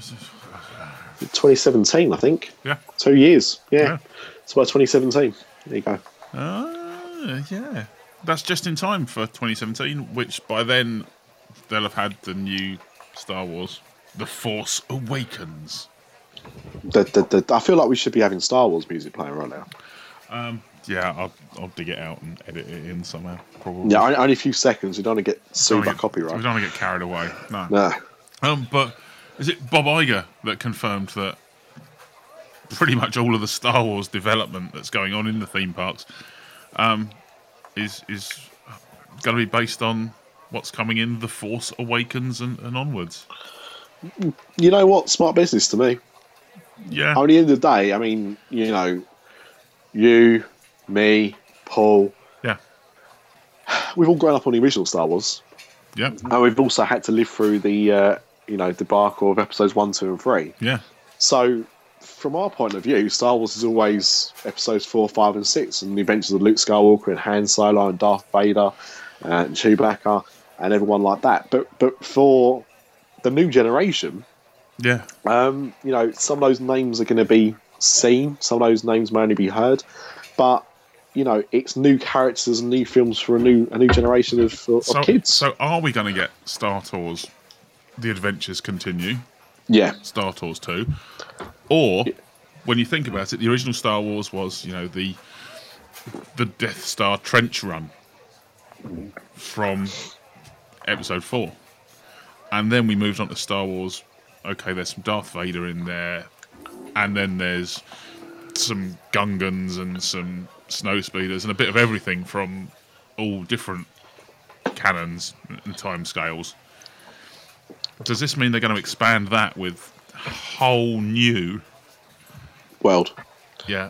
Speaker 4: 2017, I think.
Speaker 3: Yeah.
Speaker 4: Two years.
Speaker 3: Yeah.
Speaker 4: Yeah. It's about 2017. There you go.
Speaker 3: Ah, yeah. That's just in time for 2017, which by then they'll have had the new Star Wars, The Force Awakens.
Speaker 4: The, the, the, I feel like we should be having Star Wars music playing right now.
Speaker 3: Yeah, I'll, I'll dig it out and edit it in somehow, probably.
Speaker 4: Yeah, only, only a few seconds. We don't want to get
Speaker 3: Don't
Speaker 4: sued by
Speaker 3: wanna get- We
Speaker 4: copyright.
Speaker 3: don't want to get carried away. No.
Speaker 4: No.
Speaker 3: Um, but is it Bob Iger that confirmed that pretty much all of the Star Wars development that's going on in the theme parks um, is is going to be based on what's coming in The Force Awakens and, and onwards?
Speaker 4: You know what? Smart business to me.
Speaker 3: Yeah,
Speaker 4: At the end of the day, I mean, you know, you, me, Paul,
Speaker 3: yeah,
Speaker 4: we've all grown up on the original Star Wars.
Speaker 3: yeah,
Speaker 4: And Oh, we've also had to live through the, uh, you know, debacle of episodes one, two, and three.
Speaker 3: yeah,
Speaker 4: So, from our point of view, Star Wars is always episodes four, five, and six, and the adventures of Luke Skywalker and Han Solo and Darth Vader and Chewbacca and everyone like that. But but for the new generation,
Speaker 3: yeah,
Speaker 4: um, you know, some of those names are going to be seen, some of those names may only be heard, but you know, it's new characters and new films for a new a new generation of, of
Speaker 3: So,
Speaker 4: kids.
Speaker 3: so are we going to get Star Tours? The adventures continue.
Speaker 4: yeah,
Speaker 3: Star Tours 2. Or when you think about it, the original Star Wars was, you know, the the Death Star trench run from episode 4. And then we moved on to Star Wars. Okay, there's some Darth Vader in there. And then there's some Gungans and some snow speeders and a bit of everything from all different canons and time scales. Does this mean they're going to expand that with whole new?
Speaker 4: World.
Speaker 3: Yeah,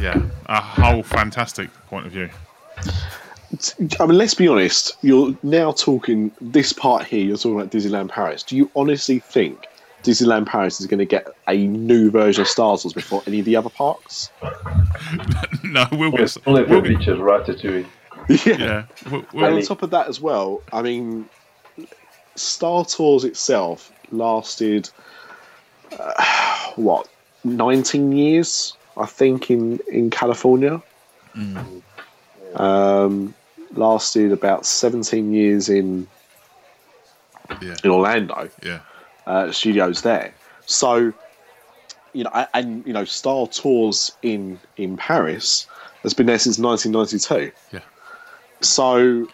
Speaker 3: yeah, a whole fantastic point of view.
Speaker 4: I mean, let's be honest. You're now talking this part here. You're talking about Disneyland Paris. Do you honestly think Disneyland Paris is going to get a new version of Star Wars before any of the other parks?
Speaker 3: No, we'll get.
Speaker 5: Only if
Speaker 3: we'll
Speaker 5: it
Speaker 3: get
Speaker 5: features Ratatouille.
Speaker 3: yeah, we'll,
Speaker 4: And on
Speaker 3: we'll,
Speaker 4: top of that, as well, I mean, Star Tours itself lasted uh, what 19 years, I think, in in California. Um, lasted about 17 years in
Speaker 3: Yeah.
Speaker 4: in Orlando
Speaker 3: yeah,
Speaker 4: uh, studios there. So, you know, a- and you know, Star Tours in in Paris has been there since 1992.
Speaker 3: Yeah.
Speaker 4: So,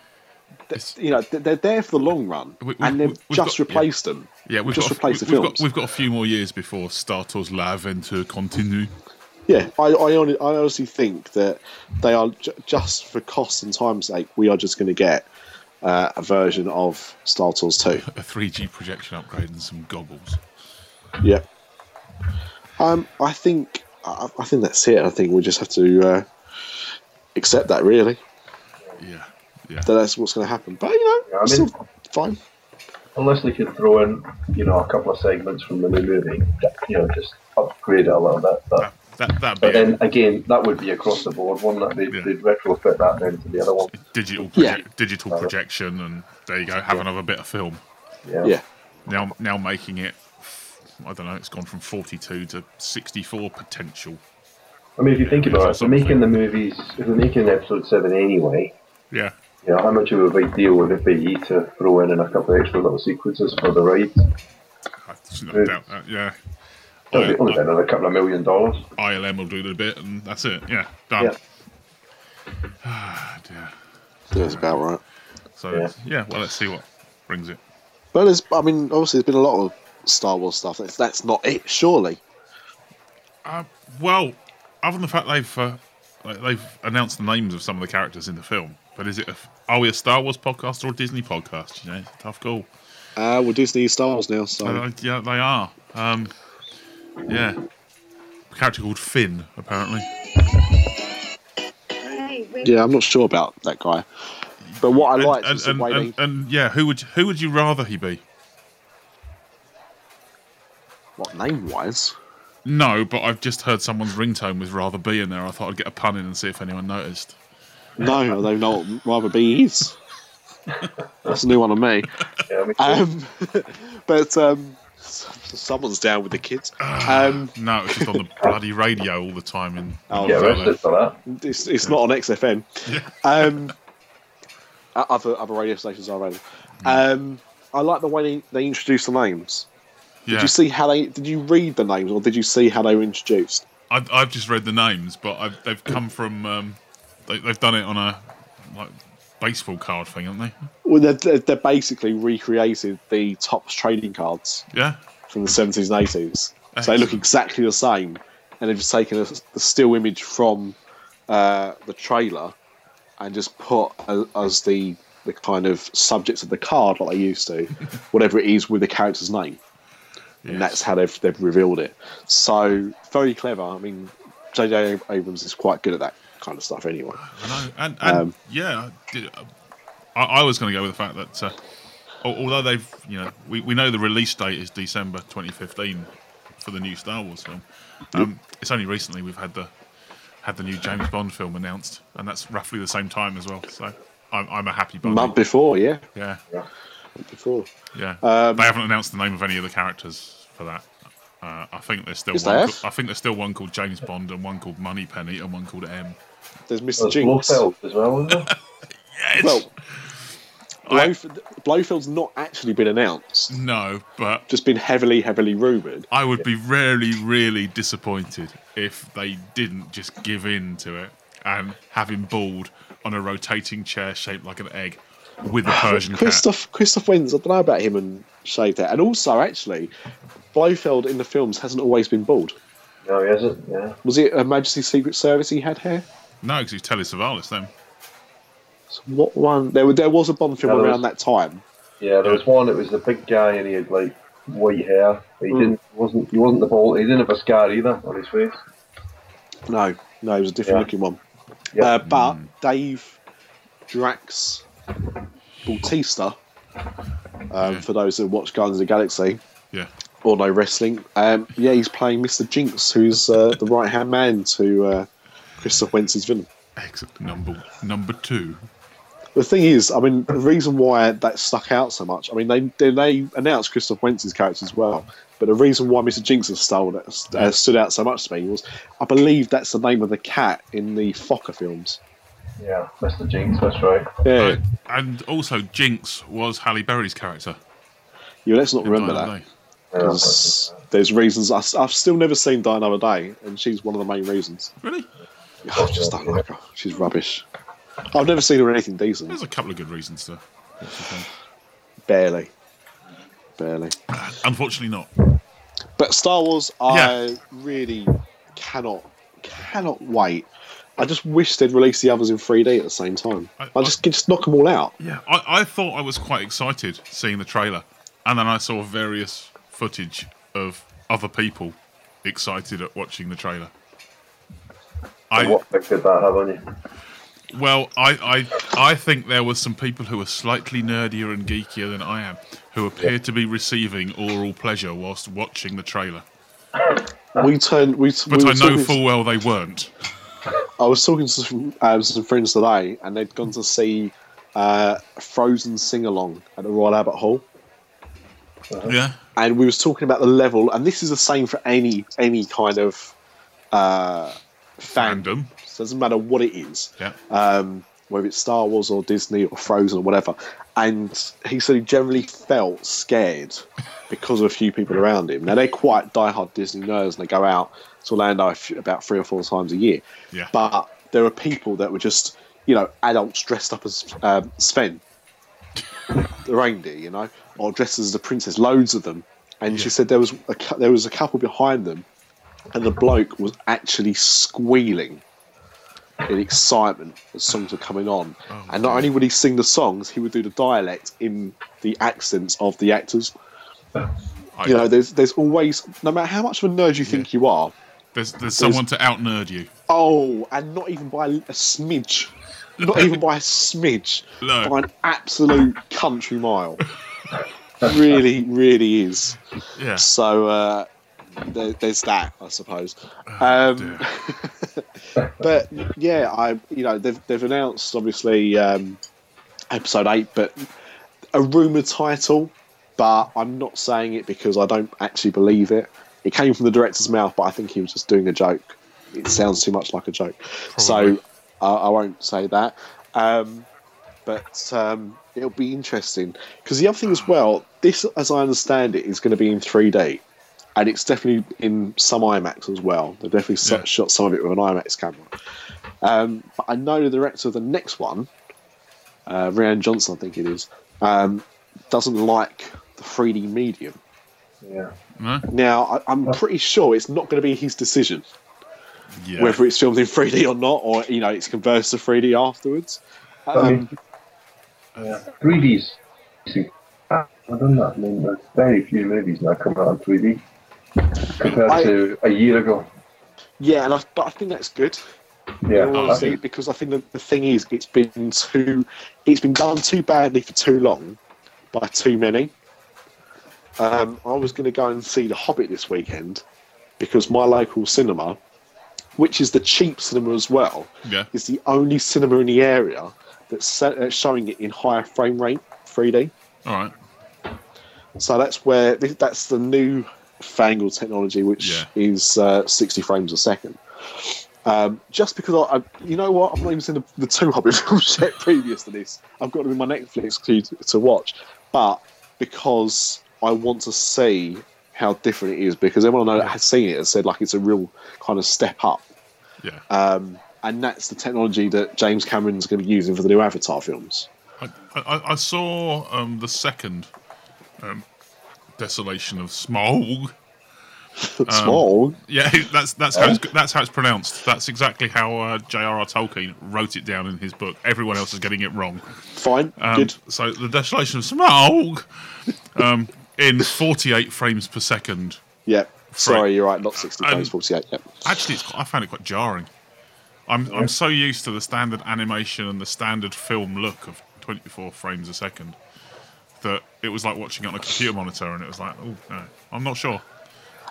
Speaker 3: It's-
Speaker 4: you know, th- they're there for the long run,
Speaker 3: We- we-
Speaker 4: and they've
Speaker 3: we- we've got-
Speaker 4: just
Speaker 3: yeah.
Speaker 4: replaced them.
Speaker 3: yeah. We've
Speaker 4: just
Speaker 3: got,
Speaker 4: replace the
Speaker 3: we've got
Speaker 4: films.
Speaker 3: we've got a few more years before Star Tours La Aventure continue.
Speaker 4: Yeah, I I, hon- I honestly think that they are j- just for cost and time's sake, we are just going to get. Uh, a version of Star Tours 2.
Speaker 3: A 3G projection upgrade and some goggles.
Speaker 4: Yeah. Um, I think I, I think that's it. I think we just have to uh, accept that really
Speaker 3: Yeah, yeah.
Speaker 4: that that's what's going to happen. But you know,
Speaker 5: Yeah, I
Speaker 4: it's
Speaker 5: mean-
Speaker 4: still fine.
Speaker 5: Unless they could throw in, you know, a couple of segments from the new movie, you know, just upgrade it a little bit. But,
Speaker 3: That that that'd be
Speaker 5: but
Speaker 3: a
Speaker 5: then again, that would be across the board, one that they'd,
Speaker 3: Yeah.
Speaker 5: they'd retrofit that then to the other one.
Speaker 3: digital proje-
Speaker 4: Yeah.
Speaker 3: digital projection, and there you go. Have another bit of film.
Speaker 5: Yeah.
Speaker 4: Yeah,
Speaker 3: Now now making it. I don't know. It's gone from 42 to 64 potential.
Speaker 5: I mean, if you think about it, if they're
Speaker 3: Something.
Speaker 5: making the movies, if they're making episode seven anyway,
Speaker 3: Yeah,
Speaker 5: you know, how much of a big deal would it be to throw in, in a couple of extra little sequences for the ride?
Speaker 3: I, there's no
Speaker 5: Good.
Speaker 3: doubt that. uh, Yeah.
Speaker 5: That'd be
Speaker 3: I-
Speaker 5: only been another couple of million dollars.
Speaker 3: ILM will do the bit, and that's it. Yeah, done.
Speaker 5: Yeah.
Speaker 3: Ah, dear.
Speaker 4: that's about right.
Speaker 3: So yeah.
Speaker 5: Yeah.
Speaker 3: well, let's see what brings it.
Speaker 4: But there's, I mean, obviously, there's been a lot of Star Wars stuff. That's that's not it, surely.
Speaker 3: Uh, well, other than the fact they've uh, like, they've announced the names of some of the characters in the film, but is it a, f- are we a Star Wars podcast or a Disney podcast? You know, it's a tough call.
Speaker 4: Uh, we're Disney Star Wars now, so
Speaker 3: Uh, yeah, they are. Um, yeah, a character called Finn apparently.
Speaker 4: yeah, I'm not sure about that guy. But what I liked
Speaker 3: and,
Speaker 4: was
Speaker 3: and,
Speaker 4: the way
Speaker 3: and,
Speaker 4: they,
Speaker 3: and, yeah, who would who would you rather he be?
Speaker 4: what name wise.
Speaker 3: No, but I've just heard someone's ringtone was rather be in there. I thought I'd get a pun in and see if anyone noticed.
Speaker 4: No, they know what rather be is. That's a new one on me.
Speaker 5: Yeah, I mean,
Speaker 4: Um, but um, s- someone's down with the kids.
Speaker 3: Ah.
Speaker 4: Um,
Speaker 3: No, it's just on the bloody radio all the time. In
Speaker 4: Oh,
Speaker 5: get arrested for that.
Speaker 4: it's, it's not on XFM. Um, o- other other radio stations are available. Um, I like the way they, they introduce the names.
Speaker 3: yeah,
Speaker 4: Did you see how they? Did you read the names, or did you see how they were introduced?
Speaker 3: I've, I've just read the names, but I've, they've come from um, they, they've done it on a like baseball card thing, haven't they?
Speaker 4: Well, they're, they're, they're basically recreated the tops trading cards
Speaker 3: Yeah,
Speaker 4: from the seventies and eighties. So they look
Speaker 3: Excellent.
Speaker 4: exactly the same, and they've just taken a, the still image from uh, the trailer and just put a, as the the kind of subject of the card, like they used to, whatever it is with the character's name,
Speaker 3: Yes.
Speaker 4: and that's how they've they've revealed it. So very clever. I mean, J.J. Abrams is quite good at that kind of stuff, anyway.
Speaker 3: I know. And, and
Speaker 4: Um,
Speaker 3: yeah, I did- I, I was going to go with the fact that uh, al- although they've you know we, we know the release date is December 2015 for the new Star Wars film, um, it's only recently we've had the had the new James Bond film announced, and that's roughly the same time as well. So I'm, I'm a happy bunny.
Speaker 4: Month before, yeah,
Speaker 3: Yeah,
Speaker 4: month before.
Speaker 3: yeah.
Speaker 4: Um,
Speaker 3: they haven't announced the name of any of the characters for that. Uh, I think there's still
Speaker 4: Yes, they
Speaker 3: one.
Speaker 4: have.
Speaker 3: ca- I think there's still one called James Bond and one called Moneypenny and one called M.
Speaker 4: There's Mr.
Speaker 5: There's
Speaker 4: Jinx.
Speaker 5: Blofeld as well, isn't there?
Speaker 3: Yes.
Speaker 4: Well,
Speaker 3: I-
Speaker 4: Blofeld, Blofeld's not actually been announced.
Speaker 3: no, but
Speaker 4: just been heavily, heavily rumoured.
Speaker 3: I would be really, really disappointed if they didn't just give in to it and have him bald on a rotating chair shaped like an egg with a Persian cat.
Speaker 4: Christoph Christoph Wins, I don't know about him and shaved that. And also, actually, Blofeld in the films hasn't always been bald.
Speaker 5: No, he isn't. Yeah.
Speaker 4: Was it a Majesty's Secret Service he had hair?
Speaker 3: No, because he's Telly Savalas then.
Speaker 4: So what one? There, were- there was a Bond film
Speaker 5: Yeah, there
Speaker 4: around that time
Speaker 5: Yeah, there was one. It was the big guy, and he had like white hair. He
Speaker 4: Hmm.
Speaker 5: didn't wasn't he wasn't the bald. He didn't have a scar either on his face.
Speaker 4: No, no, it was a different
Speaker 5: Yeah.
Speaker 4: looking one.
Speaker 5: Yeah.
Speaker 4: Uh, but Dave Drax Bautista, um,
Speaker 3: Yeah.
Speaker 4: for those that watch Guardians of the Galaxy
Speaker 3: Yeah.
Speaker 4: or know wrestling, um, yeah, he's playing Mr. Jinx, who's uh, the right hand man to uh, Christoph Wentz's villain.
Speaker 3: Except number number two.
Speaker 4: The thing is, I mean, the reason why that stuck out so much, I mean, they they, they announced Christoph Wentz's character as well, but the reason why Mr. Jinx has stolen, uh, stood out so much to me was, I believe that's the name of the cat in the Fokker films.
Speaker 5: Yeah, Mr. Jinx. That's right.
Speaker 4: Yeah,
Speaker 3: Uh, and also, Jinx was Halle Berry's character.
Speaker 4: yeah let's not
Speaker 3: in
Speaker 4: remember
Speaker 3: Die
Speaker 4: that.
Speaker 3: Another Day.
Speaker 5: Yeah,
Speaker 4: Because there's reasons I, have still never seen Die Another Day, and she's one of the main reasons. Oh,
Speaker 3: Really?
Speaker 4: I just don't like her. She's rubbish. I've never seen her in anything decent.
Speaker 3: There's a couple of good reasons to.
Speaker 4: Barely, barely.
Speaker 3: Unfortunately, not.
Speaker 4: But Star Wars, I
Speaker 3: Yeah.
Speaker 4: really cannot, cannot wait. I just wish they'd release the others in 3D at the same time. I,
Speaker 3: I- I-
Speaker 4: just just knock them all out.
Speaker 3: Yeah, I, I thought I was quite excited seeing the trailer, and then I saw various footage of other people excited at watching the trailer. I
Speaker 5: What effect did that have on you?
Speaker 3: well, I, I I think there were some people who are slightly nerdier and geekier than I am, who appear to be receiving oral pleasure whilst watching the trailer,
Speaker 4: We turned. We, we
Speaker 3: but
Speaker 4: were
Speaker 3: I know
Speaker 4: talking-
Speaker 3: full well they weren't.
Speaker 4: I was talking to some, uh, some friends today, and they'd gone to see uh, Frozen sing along at the Royal Albert Hall.
Speaker 3: Yeah,
Speaker 4: and we was talking about the level, and this is the same for any any kind of uh, fan.
Speaker 3: fandom.
Speaker 4: So it doesn't matter what it is,
Speaker 3: Yeah,
Speaker 4: um, whether it's Star Wars or Disney or Frozen or whatever. And he said he generally felt scared because of a few people around him. Now they're quite diehard Disney nerds, and they go out to Orlando a few- about three or four times a year.
Speaker 3: Yeah.
Speaker 4: But there are people that were just, you know, adults dressed up as um, Sven the reindeer, you know, or dressed as the princess, loads of them. And she said there was a, cou- there was a couple behind them, and the bloke was actually squealing in excitement as songs were coming on.
Speaker 3: Oh
Speaker 4: and not only would he sing the songs, he would do the dialect in the accents of the actors.
Speaker 3: I-
Speaker 4: You know, there's there's always no matter how much of a nerd you think you are.
Speaker 3: there's there's someone to out nerd you.
Speaker 4: Oh, and not even by a smidge, not even by a smidge,
Speaker 3: No.
Speaker 4: by an absolute country mile. really, really is.
Speaker 3: Yeah.
Speaker 4: So uh, there, there's that, I suppose. Um,
Speaker 3: Oh, dear.
Speaker 4: but yeah, I you know they've they've announced obviously um, episode eight, but a rumored title. But I'm not saying it because I don't actually believe it. It came from the director's mouth, but I think he was just doing a joke. It sounds too much like a joke, so
Speaker 3: Probably.
Speaker 4: I, I won't say that. Um, but um, it'll be interesting because the other thing as well, this, as I understand it, is going to be in 3D, and it's definitely in some IMAX as well. They've definitely so-
Speaker 3: Yeah.
Speaker 4: shot some of it with an IMAX camera. Um, but I know the director of the next one, uh, Rian Johnson, I think it is, um, doesn't like the 3D medium.
Speaker 5: Yeah.
Speaker 3: No?
Speaker 4: Now, I, I'm pretty sure it's not going to be his decision
Speaker 3: Yeah.
Speaker 4: whether it's filmed in 3D or not, or you know, it's converted to 3D afterwards.
Speaker 5: I
Speaker 4: Um,
Speaker 5: mean, yeah. 3Ds. I don't know. I mean, there's very few movies now come out in 3D compared
Speaker 4: I-
Speaker 5: to a year ago.
Speaker 4: yeah, and I, but I think that's good.
Speaker 5: Yeah, Uh-huh.
Speaker 4: Well,
Speaker 5: I
Speaker 4: see,
Speaker 5: think
Speaker 4: because Oh, I think the, the thing is, it's been too, it's been done too badly for too long, by too many. Um, I was going to go and see The Hobbit this weekend, because my local cinema, which is the cheap cinema as well,
Speaker 3: Yeah.
Speaker 4: is the only cinema in the area that's se- uh, showing it in higher frame rate 3D.
Speaker 3: All right.
Speaker 4: So that's where th- that's the new fangled technology, which
Speaker 3: Yeah.
Speaker 4: is uh, 60 frames a second. Um, just because I, I, you know what, I've not even seen the, the two Hobbit films yet previous to this. I've got them in my Netflix queue to, to watch, but because I want to see how different it is, because everyone I know that has seen it has said like it's a real kind of step up,
Speaker 3: Yeah.
Speaker 4: um, and that's the technology that James Cameron's going to be using for the new Avatar films.
Speaker 3: I, I, I saw um, the second um, Desolation of Smaug
Speaker 4: Small.
Speaker 3: Yeah, that's that's how it's, that's how it's pronounced. That's exactly how uh, J.R.R. Tolkien wrote it down in his book. Everyone else is getting it wrong.
Speaker 4: Fine.
Speaker 3: Um,
Speaker 4: Good.
Speaker 3: So the desolation of Smaug um, in 48 frames per second.
Speaker 4: Yeah.
Speaker 3: right.
Speaker 4: Sorry, you're right. Not 60
Speaker 3: Um,
Speaker 4: frames, 48. Yep.
Speaker 3: Actually, it's, I found it quite jarring. I'm I'm so used to the standard animation and the standard film look of 24 frames a second that it was like watching it on a computer monitor, and it was like, oh, no, I'm not sure.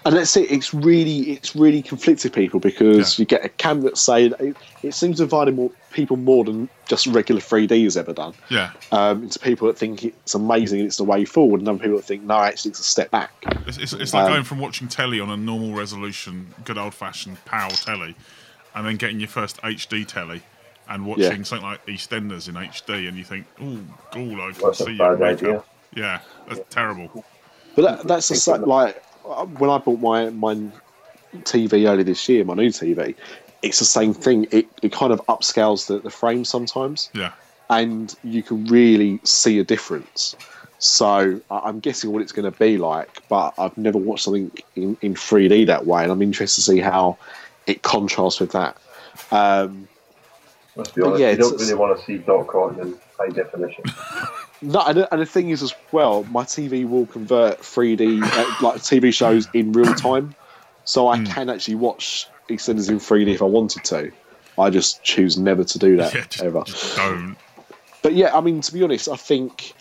Speaker 4: And let's say it's really it's really conflicted people because
Speaker 3: Yeah.
Speaker 4: you get a cam that's saying it, it seems to divide more people more than just regular 3D has ever done.
Speaker 3: Yeah,
Speaker 4: Um, into people that think it's amazing and it's the way forward, and other people that think no, actually it's a step back.
Speaker 3: It's, it's, it's like
Speaker 4: Um,
Speaker 3: going from watching telly on a normal resolution, good old fashioned PAL telly, and then getting your first HD telly and watching something like EastEnders in HD, and you think, oh, cool, I can
Speaker 5: That's a
Speaker 3: see you.
Speaker 5: bad
Speaker 3: wake
Speaker 5: idea.
Speaker 3: up." Yeah, that's terrible.
Speaker 4: But that, that's the same. Like uh, when I bought my my TV early this year, my new TV, it's the same thing. It, it kind of upscales the, the frame sometimes,
Speaker 3: Yeah.
Speaker 4: and you can really see a difference. So I- I'm guessing what it's going to be like, but I've never watched something in, in 3D that way, and I'm interested to see how it contrasts with that. Um,
Speaker 5: Let's be
Speaker 4: But
Speaker 5: honest,
Speaker 4: yeah,
Speaker 5: you
Speaker 4: it's-
Speaker 5: don't really want to see Doc Cotton in high definition.
Speaker 4: no, and, the- and the thing is as well, my TV will convert 3D uh, like TV shows in real time, so
Speaker 3: Hmm.
Speaker 4: I can actually watch EastEnders in 3D if I wanted to. I just choose never to do that
Speaker 3: Yeah, just,
Speaker 4: ever.
Speaker 3: just don't.
Speaker 4: But yeah, I mean, to be honest, I think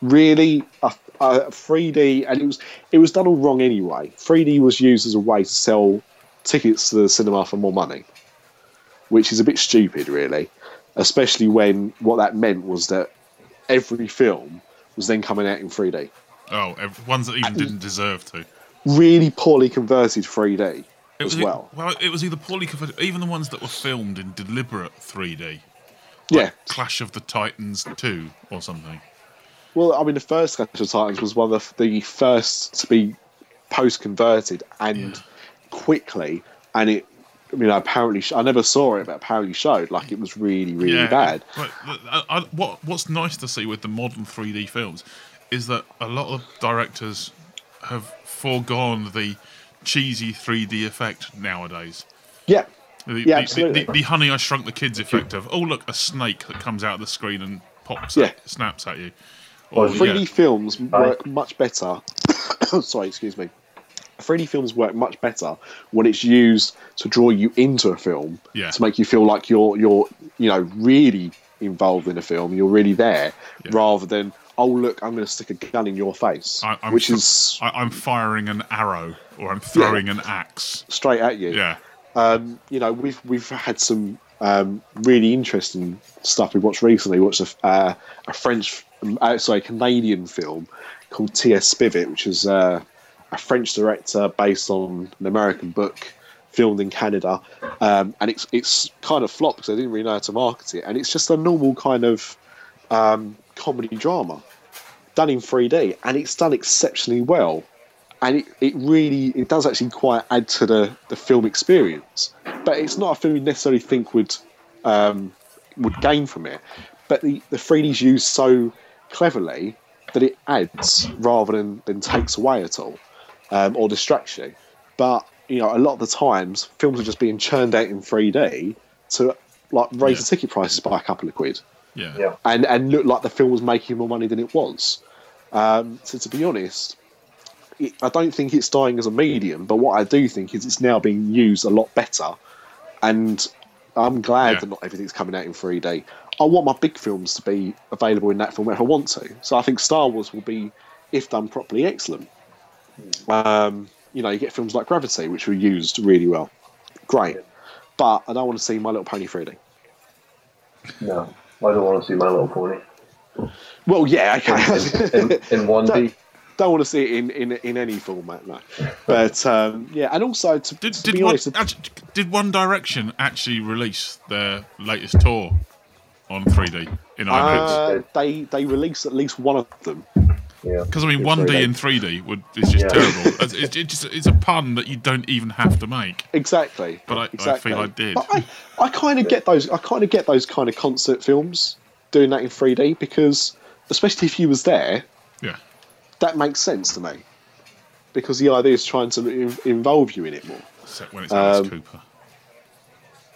Speaker 4: really uh, uh, 3D, and it was it was done all wrong anyway. 3D was used as a way to sell tickets to the cinema for more money, which is a bit stupid, really. Especially when what that meant was that every film was then coming out in 3D,
Speaker 3: Oh, ev- ones that even didn't deserve to.
Speaker 4: really poorly converted 3D
Speaker 3: It
Speaker 4: as
Speaker 3: was e-
Speaker 4: well.
Speaker 3: well, it was either poorly converted, even the ones that were filmed in deliberate 3D,
Speaker 4: yeah,
Speaker 3: Clash of the Titans 2 or something.
Speaker 4: Well, I mean, the first Clash of Titans was one of the, the first to be post converted and quickly, and it, you know, apparently, sh- I never saw it, but apparently showed like it was really, really bad.
Speaker 3: But th- I, I, what what's nice to see with the modern 3D films is that a lot of directors have foregone the cheesy 3D effect nowadays.
Speaker 4: Yeah,
Speaker 3: The,
Speaker 4: Yeah,
Speaker 3: the, the,
Speaker 4: absolutely.
Speaker 3: the, the Honey I Shrunk the Kids effect of oh look a snake that comes out of the screen and pops
Speaker 4: Yeah.
Speaker 3: at, snaps at you. Or, yeah,
Speaker 4: 3D films work much better. Sorry, excuse me. 3D films work much better when it's used to draw you into a film,
Speaker 3: Yeah.
Speaker 4: to make you feel like you're you're you know really involved in a film, you're really there, rather than oh look, I'm going to stick a gun in your face,
Speaker 3: I- I'm
Speaker 4: which
Speaker 3: fr-
Speaker 4: is
Speaker 3: I, I'm firing an arrow or I'm throwing an axe.
Speaker 4: straight at you.
Speaker 3: Yeah.
Speaker 4: Um, you know, we've we've had some um, really interesting stuff we watched recently. We watched a, uh, a French, um, uh, sorry, Canadian film called T.S. Spivet, which is uh, a French director based on an American book filmed in Canada, um, and it's it's kind of flopped because they didn't really know how to market it, and it's just a normal kind of um, comedy drama done in 3D, and it's done exceptionally well and it, it really it does actually quite add to the, the film experience but it's not a film you necessarily think would um, would gain from it but the, the 3d's used so cleverly that it adds rather than, than takes away at all um, or distracts you but you know a lot of the times films are just being churned out in 3d to like raise
Speaker 3: Yeah.
Speaker 4: the ticket prices by a couple of quid
Speaker 3: Yeah.
Speaker 5: Yeah.
Speaker 4: and and looked like the film was making more money than it was. Um, so to be honest, it, I don't think it's dying as a medium, but what I do think is it's now being used a lot better, and I'm glad
Speaker 3: Yeah.
Speaker 4: that not everything's coming out in 3D. I want my big films to be available in that format if I want to. So I think Star Wars will be, if done properly, excellent. Um, you know, you get films like Gravity, which were used really well. Great. But I don't want to see My Little Pony 3D.
Speaker 5: No, I don't want to see My Little Pony
Speaker 4: Well, yeah, okay.
Speaker 5: in, in one D.
Speaker 4: don't want to see it in, in, in any format, no. But um, yeah, and also to,
Speaker 3: Did,
Speaker 4: to
Speaker 3: did,
Speaker 4: be
Speaker 3: one,
Speaker 4: honest,
Speaker 3: actu- did One Direction actually release their latest tour on 3D in IMAX?
Speaker 4: uh, they they release at least one of them.
Speaker 5: Yeah.
Speaker 3: Because I mean,
Speaker 4: it's
Speaker 3: 1D
Speaker 4: 3D.
Speaker 3: in 3D would is just
Speaker 5: Yeah.
Speaker 3: terrible. It's, it's, it's just, it's a pun that you don't even have to make.
Speaker 4: Exactly.
Speaker 3: But I- I
Speaker 4: exactly.
Speaker 3: feel I did.
Speaker 4: But I, I kind of get those. I kind of get those kind of concert films doing that in 3D because, especially if you was there,
Speaker 3: Yeah,
Speaker 4: that makes sense to me. because the idea is trying to in- involve you in it more.
Speaker 3: Except when it's Alice
Speaker 4: Um,
Speaker 3: Cooper.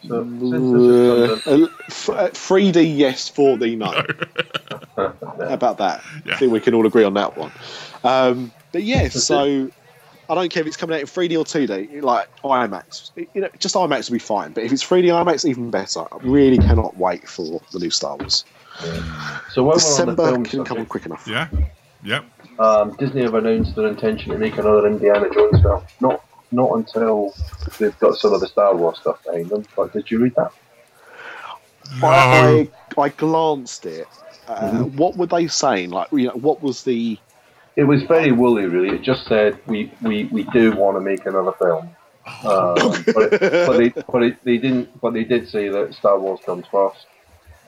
Speaker 5: So, since this is
Speaker 4: Uh,
Speaker 5: under-
Speaker 4: uh, f- uh, 3D yes, 4D no. How about that?
Speaker 3: Yeah.
Speaker 4: I think we can all agree on that one. Um, but yeah, so I don't care if it's coming out in 3D or 2D, like IMAX. You know, just IMAX will be fine. But if it's 3D IMAX, even better. I really cannot wait for the new Star Wars.
Speaker 5: so while we're
Speaker 4: December
Speaker 5: on the
Speaker 4: couldn't
Speaker 5: film
Speaker 4: come on
Speaker 5: subject,
Speaker 4: quick enough.
Speaker 3: Yeah? Yep.
Speaker 5: um, Disney have announced their intention to make another Indiana Jones film. Not not until they've got some of the Star Wars stuff behind them. But did you read that?
Speaker 4: I, I, I glanced it. Uh,
Speaker 5: Mm-hmm.
Speaker 4: What were they saying? Like, you know, what was the
Speaker 5: It was very woolly, really. It just said we, we, we do want to make another film, um, but, it, but they but it, they didn't. But they did say that Star Wars comes first,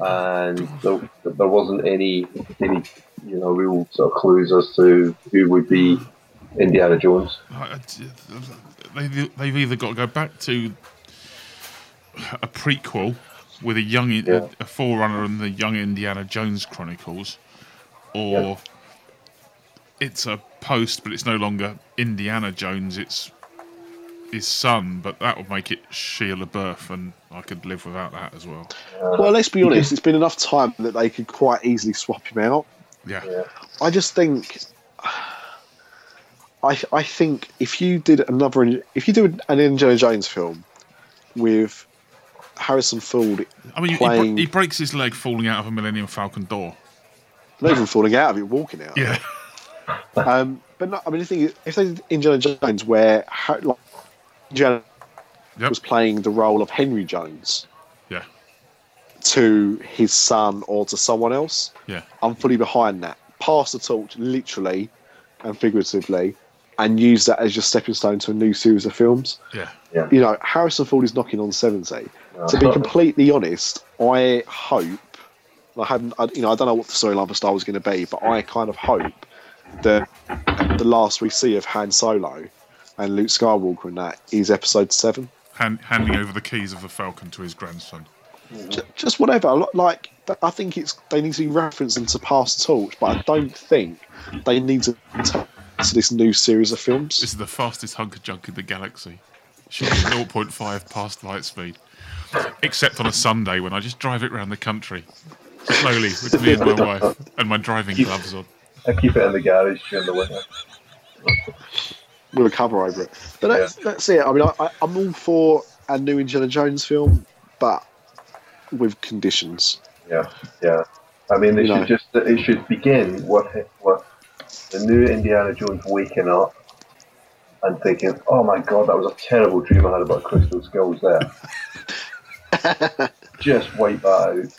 Speaker 5: and there, there wasn't any any you know real sort of clues as to who would be Indiana Jones.
Speaker 3: I- I- they, they've either got to go back to a prequel with a young,
Speaker 5: Yeah.
Speaker 3: a forerunner in the Young Indiana Jones Chronicles, or it's a post, but it's no longer Indiana Jones. It's his son, but that would make it Shia LaBeouf, and I could live without that as well.
Speaker 4: Well, let's
Speaker 5: Mm-hmm.
Speaker 4: be honest. It's been enough time that they could quite easily swap him out.
Speaker 3: Yeah,
Speaker 5: Yeah.
Speaker 4: I just think, I I think if you did another, if you do an Indiana Jones film with Harrison Ford,
Speaker 3: I mean, he, he,
Speaker 4: Playing-
Speaker 3: bre- he breaks his leg falling out of a Millennium Falcon door.
Speaker 4: not even falling out of it, walking out.
Speaker 3: Yeah,
Speaker 4: Um, but no, I mean, the thing is, if they did Indiana Jones where Har- like, Indiana
Speaker 3: Yep.
Speaker 4: was playing the role of Henry Jones
Speaker 3: yeah,
Speaker 4: to his son or to someone else,
Speaker 3: yeah.
Speaker 4: I'm fully behind that. Pass the torch, literally and figuratively, and use that as your stepping stone to a new series of films.
Speaker 3: Yeah.
Speaker 4: You know, Harrison Ford is knocking on seventy. To be
Speaker 5: Yeah.
Speaker 4: completely honest, I hope. I haven't. I, you know, I don't know what the storyline for Star Wars is going to be, but I kind of hope that the last we see of Han Solo and Luke Skywalker in that is Episode Seven.
Speaker 3: Hand, handing over the keys of the Falcon to his grandson.
Speaker 4: Ju- just whatever. li- Like th- I think it's they need to be referencing to past torch, but I don't think they need to to this new series of
Speaker 3: This
Speaker 4: films.
Speaker 3: is the fastest hunker junk in the galaxy. Shooting 0.5 past light speed. Except on a Sunday when I just drive it around the country. Slowly, with me and my wife, and my driving gloves on.
Speaker 5: I keep it in the garage during the winter.
Speaker 4: We'll recover over it. But that's, that's it. I mean, I, I, I'm all for a new Indiana Jones film, but with conditions.
Speaker 5: Yeah, yeah. I mean, it
Speaker 4: You know.
Speaker 5: should just it should begin with with the new Indiana Jones waking up and thinking, "Oh my God, that was a terrible dream I had about crystal skulls." There, just wipe that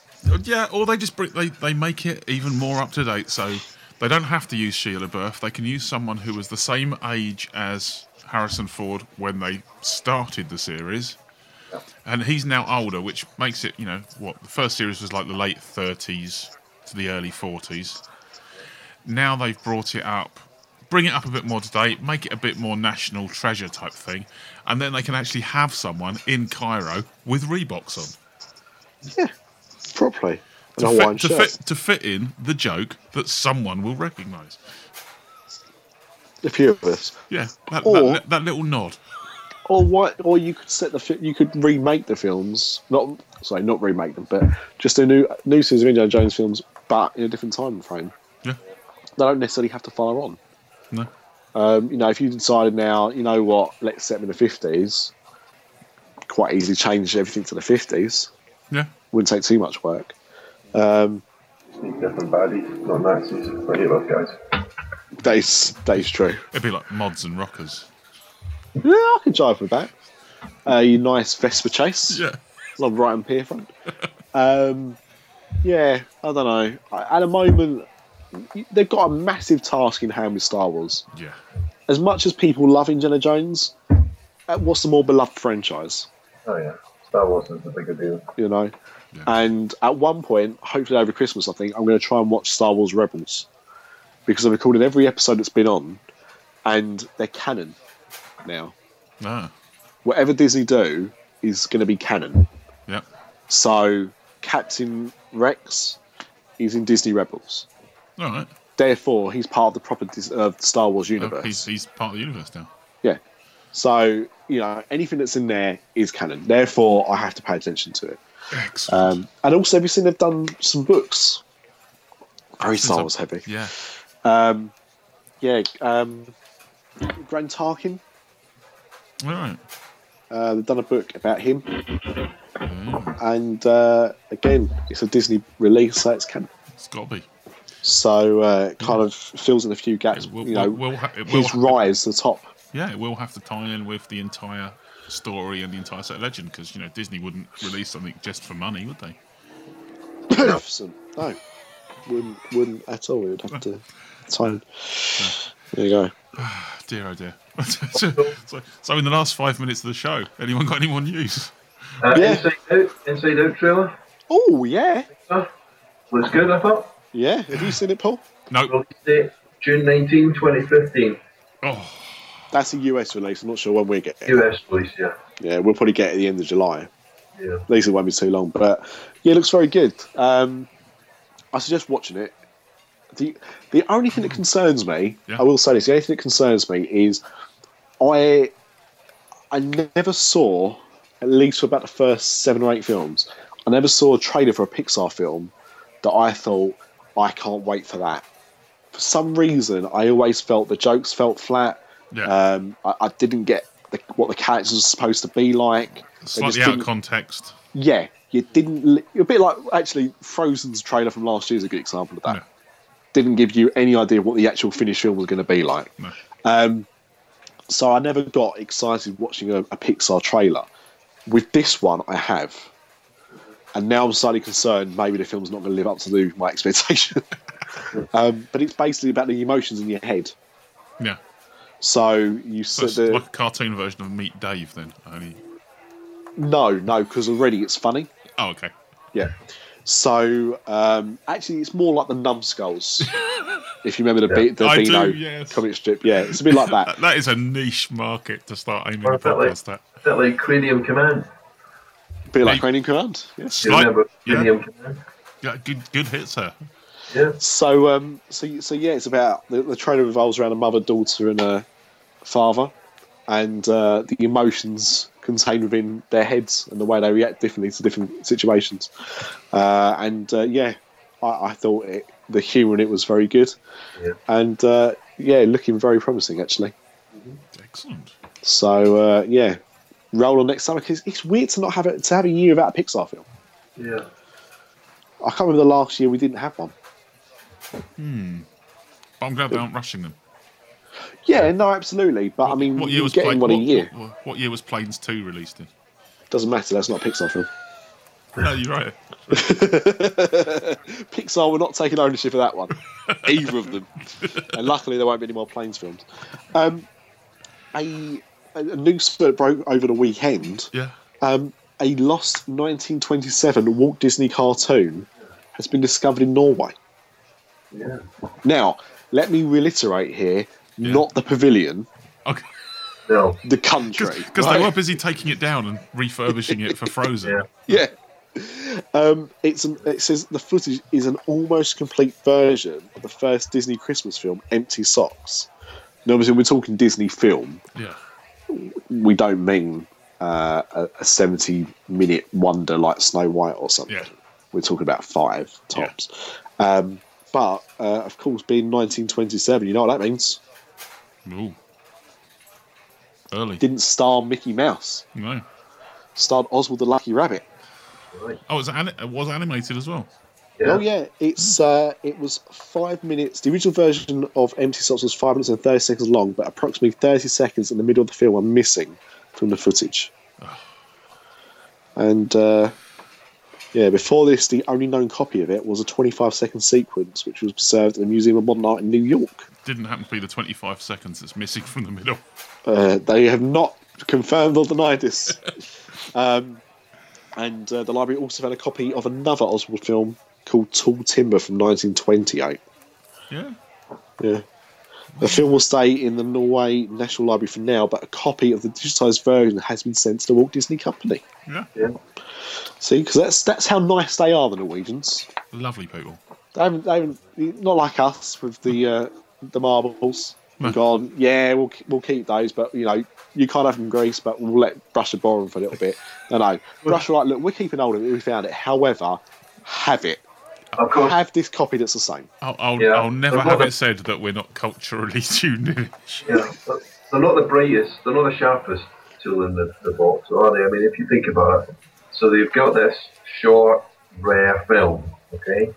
Speaker 3: Yeah, or they just bring, they, they make it even more up to date so they don't have to use Sheila LaBeouf. They can use someone who was the same age as Harrison Ford when they started the series. And he's now older, which makes it, you know, what the first series was like the late 30s to the early 40s. Now they've brought it up, bring it up a bit more to date, make it a bit more national treasure type thing, and then they can actually have someone in Cairo with Reeboks on
Speaker 4: Properly. An
Speaker 3: to
Speaker 4: Hawaiian
Speaker 3: fit, to,
Speaker 4: shirt.
Speaker 3: fit, to fit in the joke that someone will recognise.
Speaker 4: A few of us.
Speaker 3: Yeah, that, that-
Speaker 4: Or-
Speaker 3: that, little nod.
Speaker 4: Or what? Or you could set the fi- you could remake the films. Not sorry, not remake them, but just a new new series of Indiana Jones films, but in a different time frame.
Speaker 3: Yeah,
Speaker 4: They don't necessarily have to follow on.
Speaker 3: no.
Speaker 4: Um, you know, if you decided now, you know what, let's set them in the fifties, quite easily change everything to the fifties.
Speaker 3: Yeah,
Speaker 4: Wouldn't take too much work. Um,
Speaker 5: out. Need different baddies, not Nazis. I hate those guys.
Speaker 4: that is that is true.
Speaker 3: it'd be like mods and rockers.
Speaker 4: Yeah, I can jive with that. A nice Vespa chase.
Speaker 3: Yeah,
Speaker 4: Love Brighton Pier front. Um, yeah, I don't know. I- At the moment, y- they've got a massive task in hand with Star Wars.
Speaker 3: yeah,
Speaker 4: As much as people love Indiana Jones, uh, what's the more beloved franchise?
Speaker 5: Oh yeah, Star Wars is the bigger deal.
Speaker 4: you know.
Speaker 3: Yeah.
Speaker 4: And at one point, hopefully over Christmas, I think I'm going to try and watch Star Wars Rebels because I've recorded every episode that's been on, and they're canon now.
Speaker 3: ah,
Speaker 4: Whatever Disney do is going to be canon.
Speaker 3: yeah,
Speaker 4: So Captain Rex is in Disney Rebels.
Speaker 3: all right.
Speaker 4: Therefore, he's part of the proper dis- of the Star Wars
Speaker 3: Oh,
Speaker 4: universe.
Speaker 3: he's, he's part of the universe now.
Speaker 4: Yeah. So, you know, anything that's in there is canon. Therefore, I have to pay attention to it.
Speaker 3: Excellent.
Speaker 4: Um, and also, we've seen they've done some books. Very Star Wars heavy.
Speaker 3: Yeah.
Speaker 4: Um, yeah. Um, Grand Tarkin,
Speaker 3: All right.
Speaker 4: uh, they've done a book about him.
Speaker 3: Mm.
Speaker 4: And uh, again, it's a Disney release, so it's canon.
Speaker 3: It's got to be.
Speaker 4: So uh, it kind of fills in a few gaps.
Speaker 3: It will-
Speaker 4: you know,
Speaker 3: will- will ha- it will
Speaker 4: his
Speaker 3: happen.
Speaker 4: rise to the top.
Speaker 3: Yeah, it will have to tie in with the entire story and the entire set of legend because you know Disney wouldn't release something just for money, would they?
Speaker 4: Magnificent. No, wouldn't wouldn't at all. We would have to time. There you go.
Speaker 3: Dear, oh dear. so, so- so in the last five minutes of the show, anyone got any more news?
Speaker 5: Uh,
Speaker 4: Yeah.
Speaker 5: Inside Out, Inside Out trailer
Speaker 4: Oh yeah,
Speaker 5: uh, was good, I thought.
Speaker 4: yeah. Have you seen it, Paul?
Speaker 3: No.
Speaker 5: Release date June 19, 2015.
Speaker 3: Oh,
Speaker 4: That's a US release. I'm not sure when we get it.
Speaker 5: US release, yeah.
Speaker 4: Yeah, we'll probably get it at the end of July.
Speaker 5: Yeah.
Speaker 4: At least it won't be too long. But yeah, it looks very good. Um, I suggest watching it. The the only thing that concerns me,
Speaker 3: Yeah.
Speaker 4: I will say this, the only thing that concerns me is I I never saw, at least for about the first seven or eight films, I never saw a trailer for a Pixar film that I thought, I can't wait for that. For some reason, I always felt the jokes felt flat.
Speaker 3: yeah.
Speaker 4: Um, I, I didn't get the, what the characters were supposed to be like. They
Speaker 3: Slightly
Speaker 4: just
Speaker 3: out of
Speaker 4: didn't-
Speaker 3: context.
Speaker 4: yeah, you didn't. li- A bit like actually, Frozen's trailer from last year is a good example of that.
Speaker 3: No.
Speaker 4: Didn't give you any idea what the actual finished film was going to be like.
Speaker 3: No.
Speaker 4: Um, so I never got excited watching a, a Pixar trailer. With this one, I have. And now I'm slightly concerned maybe the film's not going to live up to the, my expectation. um, but it's basically about the emotions in your head.
Speaker 3: Yeah.
Speaker 4: So you
Speaker 3: So
Speaker 4: so
Speaker 3: it's
Speaker 4: the,
Speaker 3: like a cartoon version of Meet Dave then. Only.
Speaker 4: no no because already it's funny.
Speaker 3: Oh, okay.
Speaker 4: Yeah. So um, actually, it's more like the numbskulls. if you remember the, Be- the
Speaker 3: I do,
Speaker 4: Beano
Speaker 3: yes.
Speaker 4: comic strip, yeah, it's a bit like that.
Speaker 3: That, that is a niche market to start aiming a
Speaker 5: Well, that way-
Speaker 3: podcast at.
Speaker 5: Is that like Cranium Command?
Speaker 4: A bit like
Speaker 3: Hey.
Speaker 4: Cranium Command. Yeah.
Speaker 5: Do you
Speaker 3: Slight-
Speaker 5: remember
Speaker 3: yeah,
Speaker 5: Cranium Command?
Speaker 3: yeah, good, good hits there.
Speaker 5: Yeah.
Speaker 4: So um, so so yeah, it's about the, the trailer revolves around a mother, daughter, and a father, and uh, the emotions contained within their heads and the way they react differently to different situations. Uh, and uh, yeah, I, I thought it, the humour in it was very good,
Speaker 5: Yeah.
Speaker 4: and uh, yeah, looking very promising actually.
Speaker 3: Excellent.
Speaker 4: So uh, yeah, roll on next summer because it's weird to not have it to have a year without a Pixar film.
Speaker 5: Yeah.
Speaker 4: I can't remember the last year we didn't have one.
Speaker 3: But I'm glad they aren't rushing them.
Speaker 4: Yeah, no, absolutely. But I mean,
Speaker 3: what year
Speaker 4: you're
Speaker 3: was
Speaker 4: getting
Speaker 3: Plane-
Speaker 4: one a
Speaker 3: what-
Speaker 4: year.
Speaker 3: What, what year was Planes Two released in?
Speaker 4: Doesn't matter. That's not a Pixar film.
Speaker 3: No, you're right.
Speaker 4: Pixar were not taking ownership of that one, either of them. And luckily, there won't be any more planes films. Um, a, a a news spurt broke over the weekend.
Speaker 3: Yeah.
Speaker 4: Um, a lost 1927 Walt Disney cartoon has been discovered in Norway.
Speaker 5: Yeah.
Speaker 4: Now, let me reiterate here:
Speaker 3: Yeah.
Speaker 4: not the pavilion,
Speaker 3: Okay.
Speaker 5: No.
Speaker 4: the country.
Speaker 3: Because
Speaker 4: right?
Speaker 3: they were busy taking it down and refurbishing it for Frozen.
Speaker 5: Yeah.
Speaker 4: yeah. Um, it's an, it says the footage is an almost complete version of the first Disney Christmas film, Empty Socks. Now, obviously, when we're talking Disney film.
Speaker 3: Yeah.
Speaker 4: We don't mean uh, a, a seventy-minute wonder like Snow White or something.
Speaker 3: Yeah.
Speaker 4: We're talking about five
Speaker 3: Yeah.
Speaker 4: tops. Um, but uh, of course, being 1927, you know what that means?
Speaker 3: Ooh. Early.
Speaker 4: Didn't star Mickey Mouse.
Speaker 3: No.
Speaker 4: Starred Oswald the Lucky Rabbit.
Speaker 3: Oh, it was, ani- it was animated as well.
Speaker 5: Yeah.
Speaker 4: Oh yeah, it's uh, it was five minutes. The original version of Empty Socks was five minutes and thirty seconds long, but approximately thirty seconds in the middle of the film are missing from the footage. And uh, yeah, before this, the only known copy of it was a twenty-five second sequence, which was preserved in the Museum of Modern Art in New York.
Speaker 3: Didn't happen to be the 25 seconds that's missing from the middle.
Speaker 4: Uh, they have not confirmed or denied this. um, and uh, the library also had a copy of another Oswald film called Tall Timber from 1928.
Speaker 3: Yeah.
Speaker 4: Yeah. The film will stay in the Norway National Library for now, but a copy of the digitised version has been sent to the Walt Disney Company.
Speaker 3: Yeah.
Speaker 5: Yeah.
Speaker 4: See, because that's that's how nice they are, the Norwegians.
Speaker 3: Lovely people.
Speaker 4: They haven't, they haven't, not like us with the uh, the marbles. Gone, yeah, we'll we'll keep those, but you know you can't have them in Greece, but we'll let Russia borrow them for a little bit. No, no, Russia, right? Look, we're keeping hold of it. We found it. However, have it.
Speaker 5: Of course,
Speaker 4: Have this copy that's the same.
Speaker 3: I'll, I'll,
Speaker 5: Yeah.
Speaker 3: I'll never
Speaker 5: But
Speaker 3: have
Speaker 5: what-
Speaker 3: it said that we're not culturally tuned in.
Speaker 5: yeah, but they're not the brightest, they're not the sharpest tool in the, the box, are they? I mean, if you think about it. So they've got this short, rare film, okay?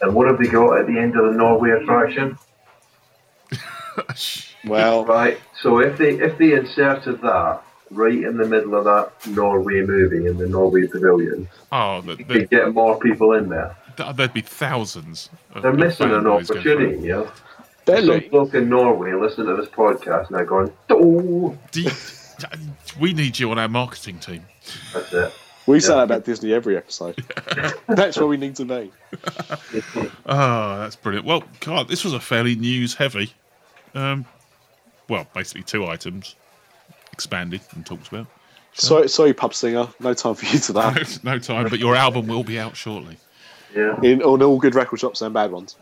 Speaker 5: And what have they got at the end of the Norway attraction?
Speaker 4: Well,
Speaker 5: Right. So if they if they inserted that right in the middle of that Norway movie in the Norway pavilion,
Speaker 3: Oh, the,
Speaker 5: they'd
Speaker 3: the,
Speaker 5: get more people in there.
Speaker 3: th there'd be thousands. Of,
Speaker 5: They're
Speaker 3: of
Speaker 5: missing an
Speaker 3: fanboys going for it.
Speaker 5: opportunity, yeah.
Speaker 4: they're
Speaker 5: Some
Speaker 4: look,
Speaker 5: bloke in Norway listening to this podcast and they're going, "Oh,
Speaker 3: Do you- we need you on our marketing team.
Speaker 5: that's it."
Speaker 4: we say that about Disney every episode. that's where we need to be.
Speaker 3: Oh, that's brilliant. Well, God, this was a fairly news heavy. Um, well, basically two items expanded and talked about.
Speaker 4: Sorry, sorry, pub singer. No time for you today.
Speaker 3: no time, but your album will be out shortly.
Speaker 5: Yeah.
Speaker 4: In on all good record shops and bad ones.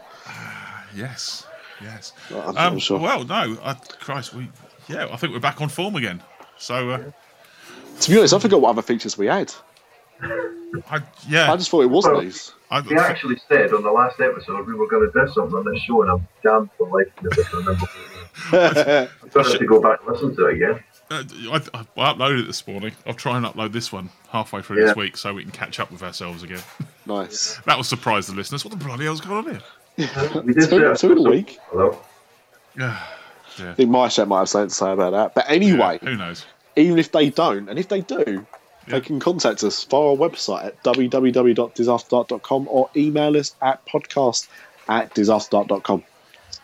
Speaker 3: Yes, yes.
Speaker 4: Well, I'm-
Speaker 3: um,
Speaker 4: I'm sure.
Speaker 3: Well, no, I, Christ, we yeah, I think we're back on form again. So, uh,
Speaker 4: To be honest, I forgot what other features we had.
Speaker 3: I, yeah,
Speaker 4: I just thought it was these.
Speaker 3: I, uh,
Speaker 5: We actually said on the last episode we were going to do something on this show, and I'm damned for life if I can remember. I'm going to have to go back and listen to it again.
Speaker 3: uh, I, I, I uploaded it this morning. I'll try and upload this one halfway through
Speaker 5: Yeah.
Speaker 3: this week so we can catch up with ourselves again.
Speaker 4: Nice.
Speaker 3: That will surprise the listeners. What the bloody hell's going on here?
Speaker 5: We did
Speaker 4: Two,
Speaker 5: say
Speaker 4: two in a week.
Speaker 5: Hello.
Speaker 3: Yeah,
Speaker 4: I think my show might have something to say about that. But anyway,
Speaker 3: who knows?
Speaker 4: even if they don't, and if they do,
Speaker 3: Yeah.
Speaker 4: they can contact us via our website at www.disasterdart.com or email us at podcast at disasterdart.com.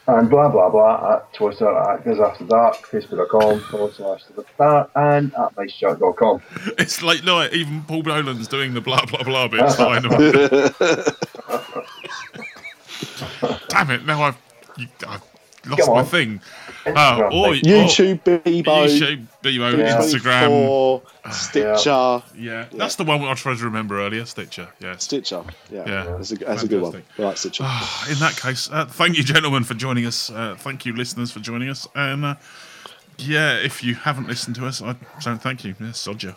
Speaker 3: Oh.
Speaker 5: and blah blah blah at Twitter at Giz After Dark, Facebook.com forward slash the Dark, and at MiceChat.com.
Speaker 3: It's late night. Even Paul Nolan's doing the blah blah blah bit. Fine. Damn it! Now I've, you, I've lost
Speaker 5: Go
Speaker 3: my
Speaker 5: on.
Speaker 3: thing. Uh, or, or
Speaker 4: YouTube, Bebo,
Speaker 3: YouTube, Bebo,
Speaker 4: yeah.
Speaker 3: Instagram.
Speaker 4: Stitcher,
Speaker 3: Yeah. that's the one I tried to remember earlier. Stitcher. Yes.
Speaker 4: Stitcher. Yeah,
Speaker 3: Yeah.
Speaker 4: that's, a, that's a good one.
Speaker 3: Fantastic.
Speaker 4: Right, Stitcher.
Speaker 3: Ah, In that case, uh, thank you, gentlemen, for joining us. Uh, thank you, listeners, for joining us. And uh, yeah, if you haven't listened to us, I don't thank you. Yeah, sod you.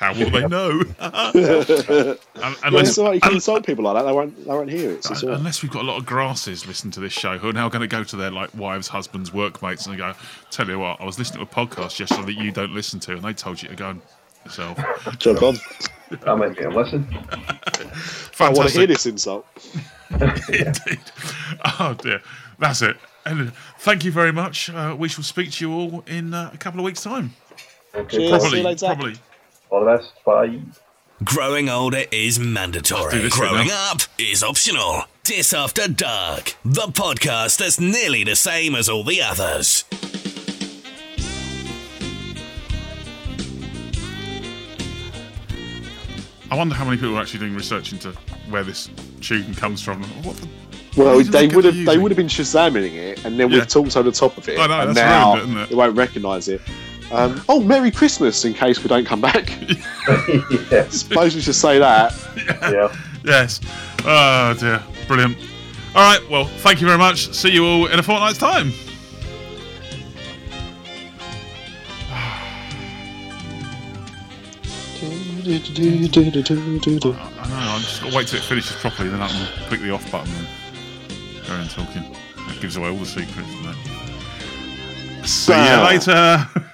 Speaker 3: How will they know? Un-
Speaker 4: Well,
Speaker 3: unless,
Speaker 4: it's all right, you can insult people like that; they won't, they won't hear it. It's, it's all right.
Speaker 3: unless we've got a lot of grasses listening to this show who are now going to go to their like wives, husbands, workmates and go, tell you what, I was listening to a podcast yesterday that you don't listen to, and they told you to go and yourself.
Speaker 4: Jog on.
Speaker 5: I might get a listen.
Speaker 4: I want to
Speaker 3: Fantastic.
Speaker 4: hear this insult.
Speaker 3: Indeed. Oh dear, that's it. And thank you very much. Uh, we shall speak to you all in uh, a couple of weeks' time.
Speaker 5: Okay,
Speaker 4: Cheers.
Speaker 5: cool.
Speaker 4: See
Speaker 3: Probably,
Speaker 4: you later.
Speaker 3: probably.
Speaker 5: all the best. Bye.
Speaker 6: Growing older is
Speaker 3: do
Speaker 6: mandatory.
Speaker 3: this bit
Speaker 6: Growing
Speaker 3: now.
Speaker 6: up is optional. Dis After Dark, the podcast that's nearly the same as all the others.
Speaker 3: I wonder how many people are actually doing research into where this tune comes from. What the?
Speaker 4: Well,
Speaker 3: Who's
Speaker 4: they
Speaker 3: looking
Speaker 4: would
Speaker 3: at
Speaker 4: have
Speaker 3: you?
Speaker 4: they would have been Shazamming it, and then
Speaker 3: Yeah.
Speaker 4: we've talked over the top of it,
Speaker 3: I know,
Speaker 4: and
Speaker 3: that's
Speaker 4: now
Speaker 3: ruined it, isn't it?
Speaker 4: they won't recognise it. Um, oh, Merry Christmas! In case we don't come back, suppose we should say that.
Speaker 5: Yeah.
Speaker 3: Yes. Oh dear, brilliant. All right. Well, thank you very much. See you all in a fortnight's time. I don't know. I'm just gonna wait till it finishes properly, then I can click the off button and go and talking. That gives away all the secrets. doesn't it? See you
Speaker 4: Bah.
Speaker 3: later.